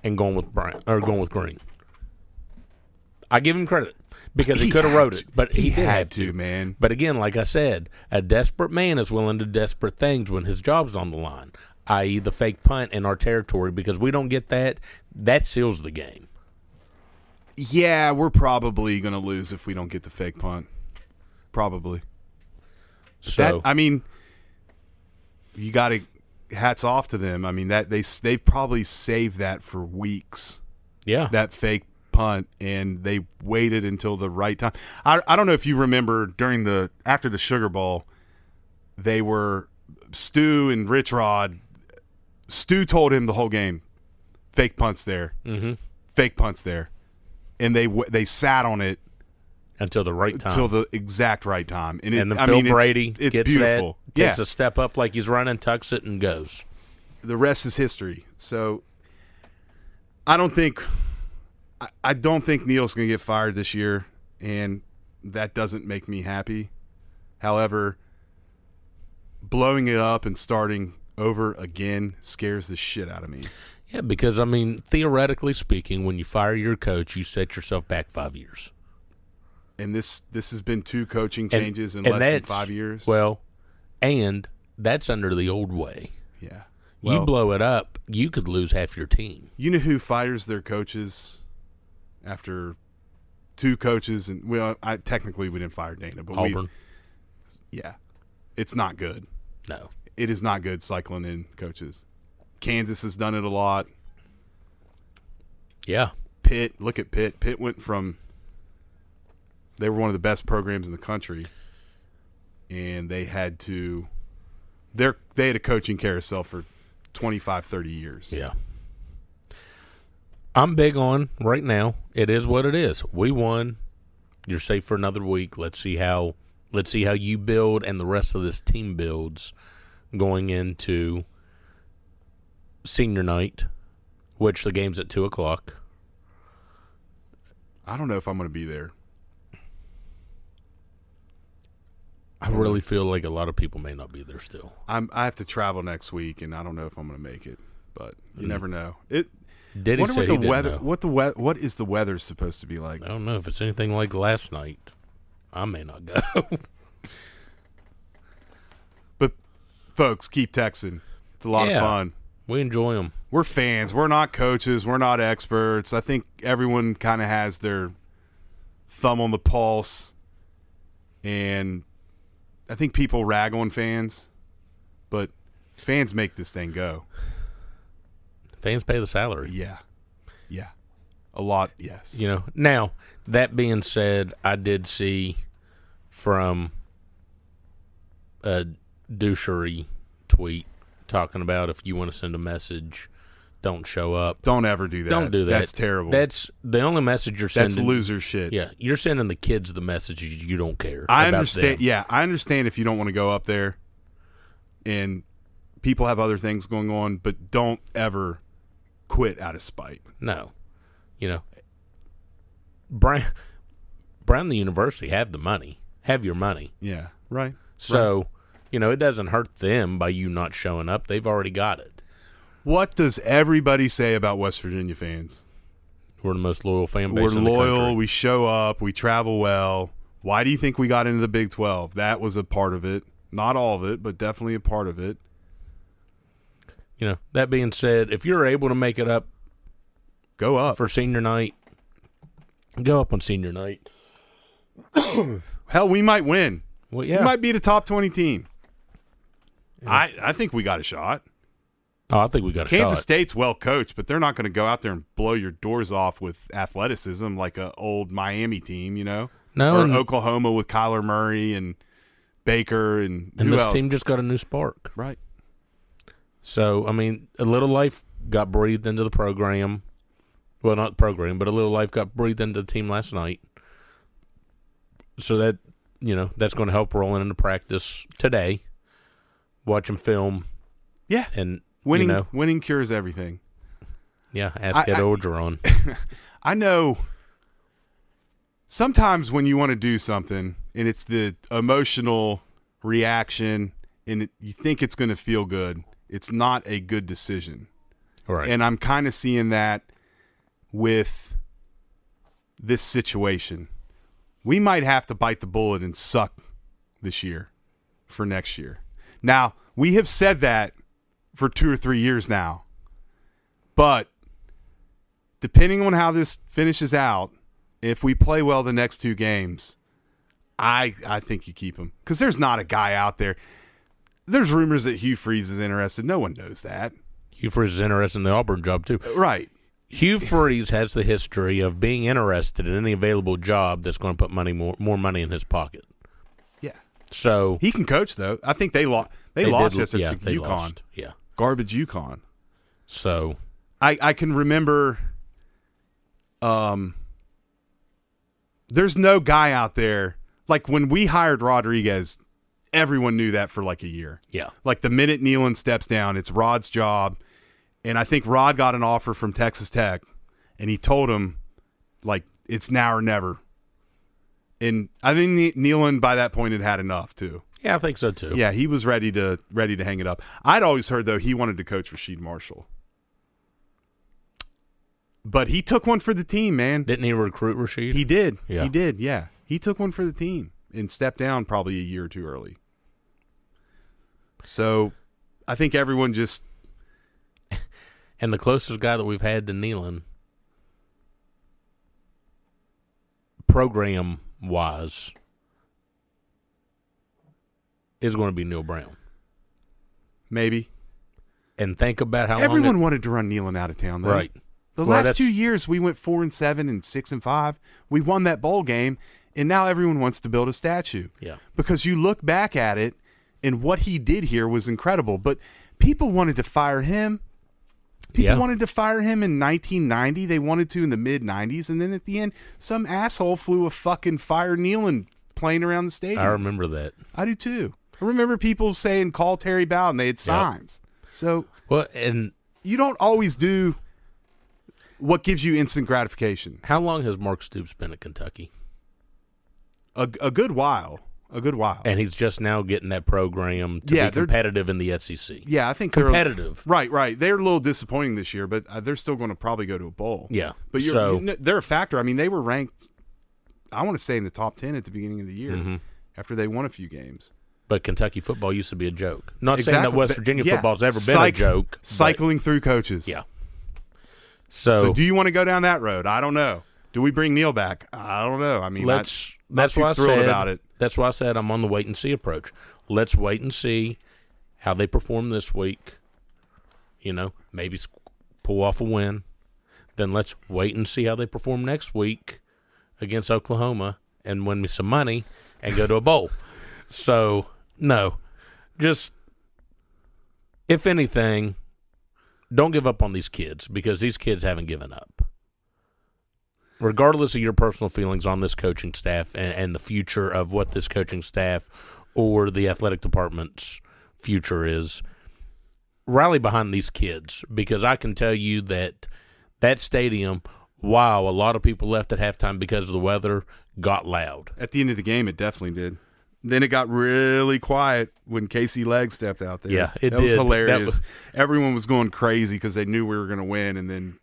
Speaker 6: and going with Brown or going with Green. I give him credit because he, could have wrote it, but he,
Speaker 4: he
Speaker 6: did
Speaker 4: had
Speaker 6: have
Speaker 4: to, man.
Speaker 6: But again, like I said, a desperate man is willing to desperate things when his job's on the line, i.e., the fake punt in our territory. Because we don't get that, that seals the game.
Speaker 4: Yeah, we're probably gonna lose if we don't get the fake punt. Probably. But
Speaker 6: So
Speaker 4: that I mean, you got to hats off to them. I mean that they s- they probably saved that for weeks.
Speaker 6: yeah,
Speaker 4: that fake punt and they waited until the right time. I, I don't know if you remember during the after the Sugar Bowl, they were Stu and Rich Rod. Stu told him the whole game, fake punts there,
Speaker 6: Mhm.
Speaker 4: fake punts there, and they w- they sat on it
Speaker 6: until the right time.
Speaker 4: till the exact right time. And, it,
Speaker 6: Uh-huh. and then
Speaker 4: I
Speaker 6: Phil
Speaker 4: mean, it's-
Speaker 6: Brady
Speaker 4: it's,
Speaker 6: gets
Speaker 4: beautiful.
Speaker 6: that,
Speaker 4: yeah,
Speaker 6: takes a step up like he's running, tucks it, and goes.
Speaker 4: the rest is history. So I don't think I, I don't think Neil's going to get fired this year, and that doesn't make me happy. However, blowing it up and starting over again scares the shit out of me.
Speaker 6: Yeah, because I mean, theoretically speaking, when you fire your coach, you set yourself back five years.
Speaker 4: And this this has been two coaching
Speaker 6: And-
Speaker 4: changes in
Speaker 6: and
Speaker 4: less than
Speaker 6: that's-
Speaker 4: five years.
Speaker 6: Well, and that's under the old way.
Speaker 4: yeah. Well,
Speaker 6: you
Speaker 4: you,
Speaker 6: blow it up, you could lose half your team.
Speaker 4: know who fires their coaches after two coaches and well, I technically we didn't fire Dana, but we,
Speaker 6: Auburn,
Speaker 4: yeah, it's not good.
Speaker 6: no.
Speaker 4: It is not good cycling in coaches. Kansas has done it a lot.
Speaker 6: Yeah,
Speaker 4: Pitt, look at Pitt. Pitt went from they were one of the best programs in the country, and they had to their they had a coaching carousel for 25, 30 years.
Speaker 6: yeah. I'm big on right now. It is what it is. We won. You're safe for another week. Let's see how. Let's see how you build and the rest of this team builds going into senior night, which the game's at two o'clock.
Speaker 4: I don't know if I'm going to be there.
Speaker 6: I really feel like a lot of people may not be there still.
Speaker 4: I'm I have to travel next week, and I don't know if I'm going to make it. But you never know. It.
Speaker 6: Diddy
Speaker 4: wonder
Speaker 6: Mm. said
Speaker 4: what
Speaker 6: he
Speaker 4: the
Speaker 6: didn't
Speaker 4: weather.
Speaker 6: know.
Speaker 4: What the we- What is the weather supposed to be like?
Speaker 6: I don't know if it's anything like last night. I may not go.
Speaker 4: But folks, keep texting. It's a lot
Speaker 6: Yeah.
Speaker 4: of fun.
Speaker 6: we enjoy them.
Speaker 4: we're fans. We're not coaches. We're not experts. I think everyone kind of has their thumb on the pulse, and I think people rag on fans, but fans make this thing go.
Speaker 6: Fans pay the salary.
Speaker 4: Yeah, yeah, a lot. Yes.
Speaker 6: You know. Now that being said, I did see from a douchery tweet talking about if you want to send a message, don't show up.
Speaker 4: Don't ever do that.
Speaker 6: Don't do that.
Speaker 4: That's terrible.
Speaker 6: That's the only message you're sending.
Speaker 4: that's loser shit.
Speaker 6: Yeah, you're sending the kids the messages you don't care.
Speaker 4: I
Speaker 6: about
Speaker 4: understand.
Speaker 6: them.
Speaker 4: Yeah, I understand if you don't want to go up there, and people have other things going on, but don't ever quit out of spite.
Speaker 6: No, you know, Brown, Brown the University have the money, have your money.
Speaker 4: Yeah, right.
Speaker 6: So, you know, it doesn't hurt them by you not showing up. They've already got it.
Speaker 4: What does everybody say about West Virginia fans?
Speaker 6: We're the most loyal fan base.
Speaker 4: We're
Speaker 6: in the country.
Speaker 4: loyal. We show up. We travel well. Why do you think we got into the Big 12? That was a part of it. Not all of it, but definitely a part of it.
Speaker 6: You know, that being said, if you're able to make it up
Speaker 4: Go up.
Speaker 6: for senior night, go up on senior night.
Speaker 4: Hell, we might win.
Speaker 6: Well, yeah.
Speaker 4: We might be the top 20 team. I, I think we got a shot.
Speaker 6: oh, I think we got a
Speaker 4: Kansas
Speaker 6: shot.
Speaker 4: State's well coached, but they're not going to go out there and blow your doors off with athleticism like a old Miami team, you know?
Speaker 6: No,
Speaker 4: or
Speaker 6: and-
Speaker 4: Oklahoma with Kyler Murray and Baker and,
Speaker 6: and
Speaker 4: who
Speaker 6: this
Speaker 4: else?
Speaker 6: team just got a new spark.
Speaker 4: right?
Speaker 6: So, I mean, a little life got breathed into the program. Well, not the program, but a little life got breathed into the team last night. So that, you know, that's going to help rolling into practice today, watching film
Speaker 4: Yeah,
Speaker 6: and,
Speaker 4: winning
Speaker 6: you know,
Speaker 4: winning cures everything.
Speaker 6: yeah, ask
Speaker 4: I-
Speaker 6: Ed
Speaker 4: I-
Speaker 6: Orgeron.
Speaker 4: I know. Sometimes when you want to do something and it's the emotional reaction and it, you think it's going to feel good, it's not a good decision.
Speaker 6: All right.
Speaker 4: And I'm kind of seeing that with this situation. We might have to bite the bullet and suck this year for next year. Now, we have said that for two or three years now. But depending on how this finishes out, if we play well the next two games, I I think you keep him because there's not a guy out there. There's rumors that Hugh Freeze is interested. No one knows that,
Speaker 6: Hugh Freeze is interested in the Auburn job, too.
Speaker 4: right?
Speaker 6: Hugh Freeze has the history of being interested in any available job that's going to put money more, more money in his pocket.
Speaker 4: Yeah,
Speaker 6: So
Speaker 4: he can coach though. I think they lost. They,
Speaker 6: did-
Speaker 4: lost yesterday
Speaker 6: yeah,
Speaker 4: to
Speaker 6: they
Speaker 4: UConn.
Speaker 6: lost. Yeah.
Speaker 4: Garbage UConn.
Speaker 6: So
Speaker 4: I, I can remember um there's no guy out there like when we hired Rodriguez, everyone knew that for like a year.
Speaker 6: Yeah.
Speaker 4: Like the minute Nealon steps down, it's Rod's job. And I think Rod got an offer from Texas Tech and he told him like it's now or never. And I think Ne- Nealon by that point had had enough too.
Speaker 6: yeah, I think so too.
Speaker 4: Yeah, he was ready to ready to hang it up. I'd always heard though he wanted to coach Rasheed Marshall, but he took one for the team, man.
Speaker 6: Didn't he recruit Rashid?
Speaker 4: He did.
Speaker 6: Yeah.
Speaker 4: He did. Yeah, he took one for the team and stepped down probably a year or two early. So, I think everyone just
Speaker 6: and the closest guy that we've had to Nealon, program wise, is going to be Neil Brown.
Speaker 4: maybe
Speaker 6: And think about how
Speaker 4: everyone
Speaker 6: long
Speaker 4: wanted to run Nealon out of town.
Speaker 6: it,
Speaker 4: Though.
Speaker 6: right.
Speaker 4: The
Speaker 6: Well,
Speaker 4: last
Speaker 6: that's-
Speaker 4: two years we went four and seven and six and five. We won that bowl game, and now everyone wants to build a statue.
Speaker 6: Yeah.
Speaker 4: because you look back at it and what he did here was incredible but people wanted to fire him people
Speaker 6: Yeah.
Speaker 4: wanted to fire him in 1990 they wanted to in the mid 90s and then at the end some asshole flew a fucking fire kneeling plane around the stadium
Speaker 6: I remember that.
Speaker 4: I do too i remember people saying call terry bowden they had signs so
Speaker 6: Well, and
Speaker 4: you don't always do what gives you instant gratification
Speaker 6: how long has Mark Stoops been at Kentucky?
Speaker 4: a, a good while a good while
Speaker 6: And he's just now getting that program to
Speaker 4: Yeah,
Speaker 6: be
Speaker 4: they're-
Speaker 6: competitive in the E SEC.
Speaker 4: Yeah, I think they're-
Speaker 6: competitive.
Speaker 4: right, right. They're a little disappointing this year, but uh, they're still going to probably go to a bowl.
Speaker 6: Yeah,
Speaker 4: but you're,
Speaker 6: so-
Speaker 4: you kn- they're a factor. I mean, they were ranked. I want to say in the top ten at the beginning of the year,
Speaker 6: Mm-hmm.
Speaker 4: after they won a few games.
Speaker 6: But Kentucky football used to be a joke. Not saying that West
Speaker 4: But-
Speaker 6: Virginia
Speaker 4: yeah.
Speaker 6: football's ever been
Speaker 4: Cyc-
Speaker 6: a joke. but-
Speaker 4: Cycling through coaches.
Speaker 6: Yeah. So,
Speaker 4: So, do you want to go down that road? I don't know. Do we bring Neil back? I don't know. I mean, I-
Speaker 6: let's.
Speaker 4: not
Speaker 6: that's
Speaker 4: too
Speaker 6: why I
Speaker 4: thrilled
Speaker 6: said.
Speaker 4: about it.
Speaker 6: That's why I said I'm on the wait and see approach. Let's wait and see how they perform this week. You know, maybe s- pull off a win. Then let's wait and see how they perform next week against Oklahoma and win me some money and go to a bowl. So no, just if anything, don't give up on these kids because these kids haven't given up. Regardless of your personal feelings on this coaching staff and, and the future of what this coaching staff or the athletic department's future is, rally behind these kids because I can tell you that that stadium, wow, a lot of people left at halftime because of the weather got loud.
Speaker 4: At the end of the game, it definitely did. Then it got really quiet when Casey Legg stepped out there.
Speaker 6: Yeah, it
Speaker 4: that was
Speaker 6: did. That
Speaker 4: hilarious.
Speaker 6: was-
Speaker 4: Everyone was going crazy because they knew we were going to win, and then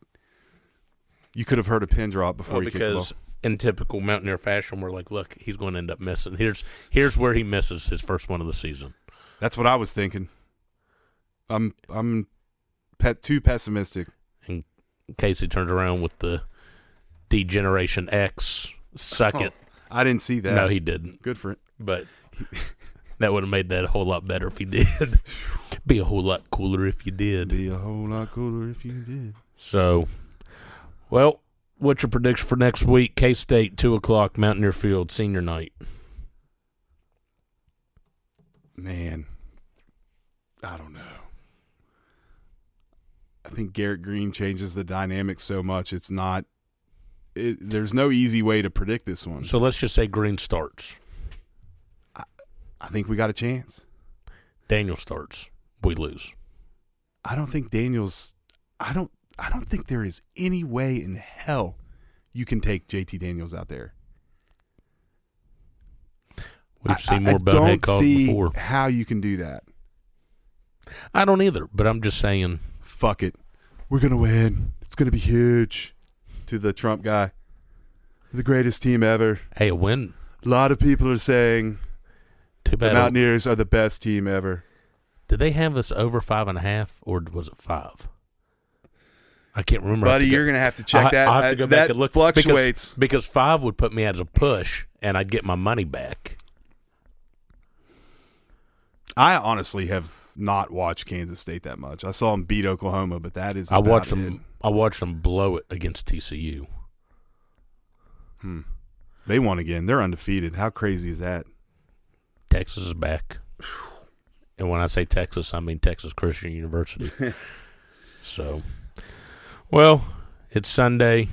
Speaker 4: you could have heard a pin drop before
Speaker 6: Well,
Speaker 4: you kicked the ball.
Speaker 6: because in typical Mountaineer fashion, we're like, look, he's going to end up missing. Here's here's where he misses his first one of the season.
Speaker 4: That's what I was thinking. I'm I'm pet too pessimistic.
Speaker 6: And Casey turns around with the Degeneration X. Suck it.
Speaker 4: I didn't see that.
Speaker 6: No, he didn't.
Speaker 4: Good for it.
Speaker 6: But that would have made that a whole lot better if he did. Be a whole lot cooler if you did.
Speaker 4: Be a whole lot cooler if you did.
Speaker 6: So, well, what's your prediction for next week? K State, 2 o'clock, Mountaineer Field, senior night.
Speaker 4: Man, I don't know. I think Garrett Green changes the dynamic so much. It's not. It, there's no easy way to predict this one.
Speaker 6: So let's just say Green starts,
Speaker 4: I think we got a chance.
Speaker 6: Daniel starts, we lose.
Speaker 4: I don't think Daniels. I don't. I don't think there is any way in hell you can take JT Daniels out there.
Speaker 6: We've
Speaker 4: I-
Speaker 6: seen
Speaker 4: I,
Speaker 6: more
Speaker 4: I
Speaker 6: bonehead
Speaker 4: don't
Speaker 6: calls
Speaker 4: see
Speaker 6: before.
Speaker 4: how you can do that.
Speaker 6: I don't either, but I'm just saying.
Speaker 4: Fuck it. We're gonna win. It's gonna be huge. To the Trump guy, the greatest team ever.
Speaker 6: Hey, a win.
Speaker 4: A lot of people are saying
Speaker 6: Too
Speaker 4: the
Speaker 6: bad.
Speaker 4: Mountaineers are the best team ever.
Speaker 6: Did they have us over five and a half, or was it five? I can't remember. I have
Speaker 4: Buddy,
Speaker 6: to go-
Speaker 4: you're gonna have to check
Speaker 6: I-
Speaker 4: that.
Speaker 6: I have
Speaker 4: I-
Speaker 6: to go
Speaker 4: that
Speaker 6: back and look. because-
Speaker 4: fluctuates.
Speaker 6: because, five would put me as a push, and I'd get my money back.
Speaker 4: I honestly have not watched Kansas State that much. I saw them beat Oklahoma, but that is
Speaker 6: I
Speaker 4: about
Speaker 6: watched
Speaker 4: it.
Speaker 6: them. I watched them blow it against TCU.
Speaker 4: They won again. They're undefeated. How crazy is that?
Speaker 6: Texas is back, and when I say Texas, I mean Texas Christian University. so, well, it's Sunday.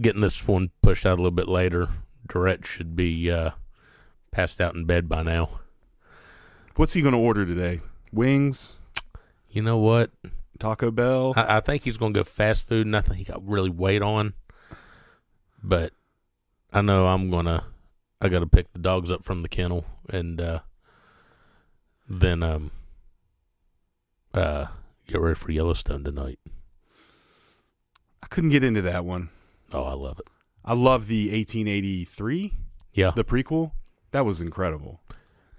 Speaker 6: Getting this one pushed out a little bit later. Durrett should be uh, passed out in bed by now.
Speaker 4: What's he going to order today? Wings,
Speaker 6: You know what?
Speaker 4: Taco Bell.
Speaker 6: I, I think he's going to go fast food. Nothing he got really weight on. But I know I'm going to. I got to pick the dogs up from the kennel, and uh, then um, uh, get ready for Yellowstone tonight.
Speaker 4: I couldn't get into that one.
Speaker 6: Oh, I love it.
Speaker 4: I love the 1883,
Speaker 6: Yeah,
Speaker 4: the prequel. That was incredible.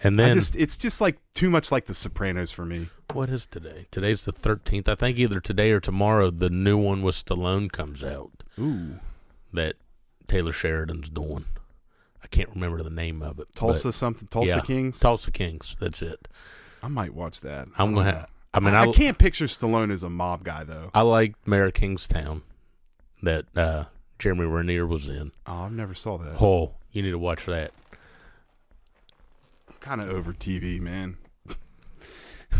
Speaker 6: and then
Speaker 4: I just it's just like too much like The Sopranos for me.
Speaker 6: what is today? Today's the thirteenth. I think either today or tomorrow the new one with Stallone comes out
Speaker 4: Ooh,
Speaker 6: that Taylor Sheridan's doing. I can't remember the name of it. but-
Speaker 4: Tulsa something, Tulsa
Speaker 6: yeah,
Speaker 4: Kings.
Speaker 6: Tulsa Kings. That's it.
Speaker 4: I might watch that.
Speaker 6: I'm gonna. Ha- I mean,
Speaker 4: I,
Speaker 6: I,
Speaker 4: I can't picture Stallone as a mob guy though.
Speaker 6: I like Mayor of Kingstown that uh, Jeremy Rainier was in.
Speaker 4: Oh, I never saw that.
Speaker 6: Oh, you need to watch that.
Speaker 4: kind of over TV, man.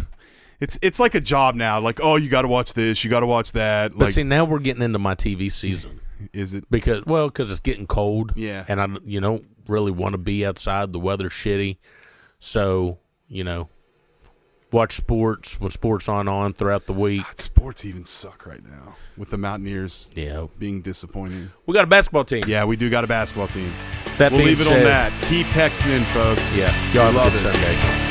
Speaker 4: it's it's like a job now. Like, oh, you got to watch this, you got to watch that.
Speaker 6: But
Speaker 4: Like,
Speaker 6: see, now we're getting into my TV season
Speaker 4: is it?
Speaker 6: because well, because it's getting cold.
Speaker 4: Yeah.
Speaker 6: and I you don't really want to be outside. The weather's shitty, so you know, watch sports when sports on on throughout the week.
Speaker 4: God, sports even suck right now with the Mountaineers
Speaker 6: Yeah,
Speaker 4: being disappointing.
Speaker 6: we got a basketball team.
Speaker 4: Yeah, we do got a basketball team.
Speaker 6: that
Speaker 4: we'll
Speaker 6: being
Speaker 4: leave it on
Speaker 6: said-
Speaker 4: that. Keep texting in, folks.
Speaker 6: Yeah,
Speaker 4: I
Speaker 6: y'all
Speaker 4: love it.
Speaker 6: Sunday.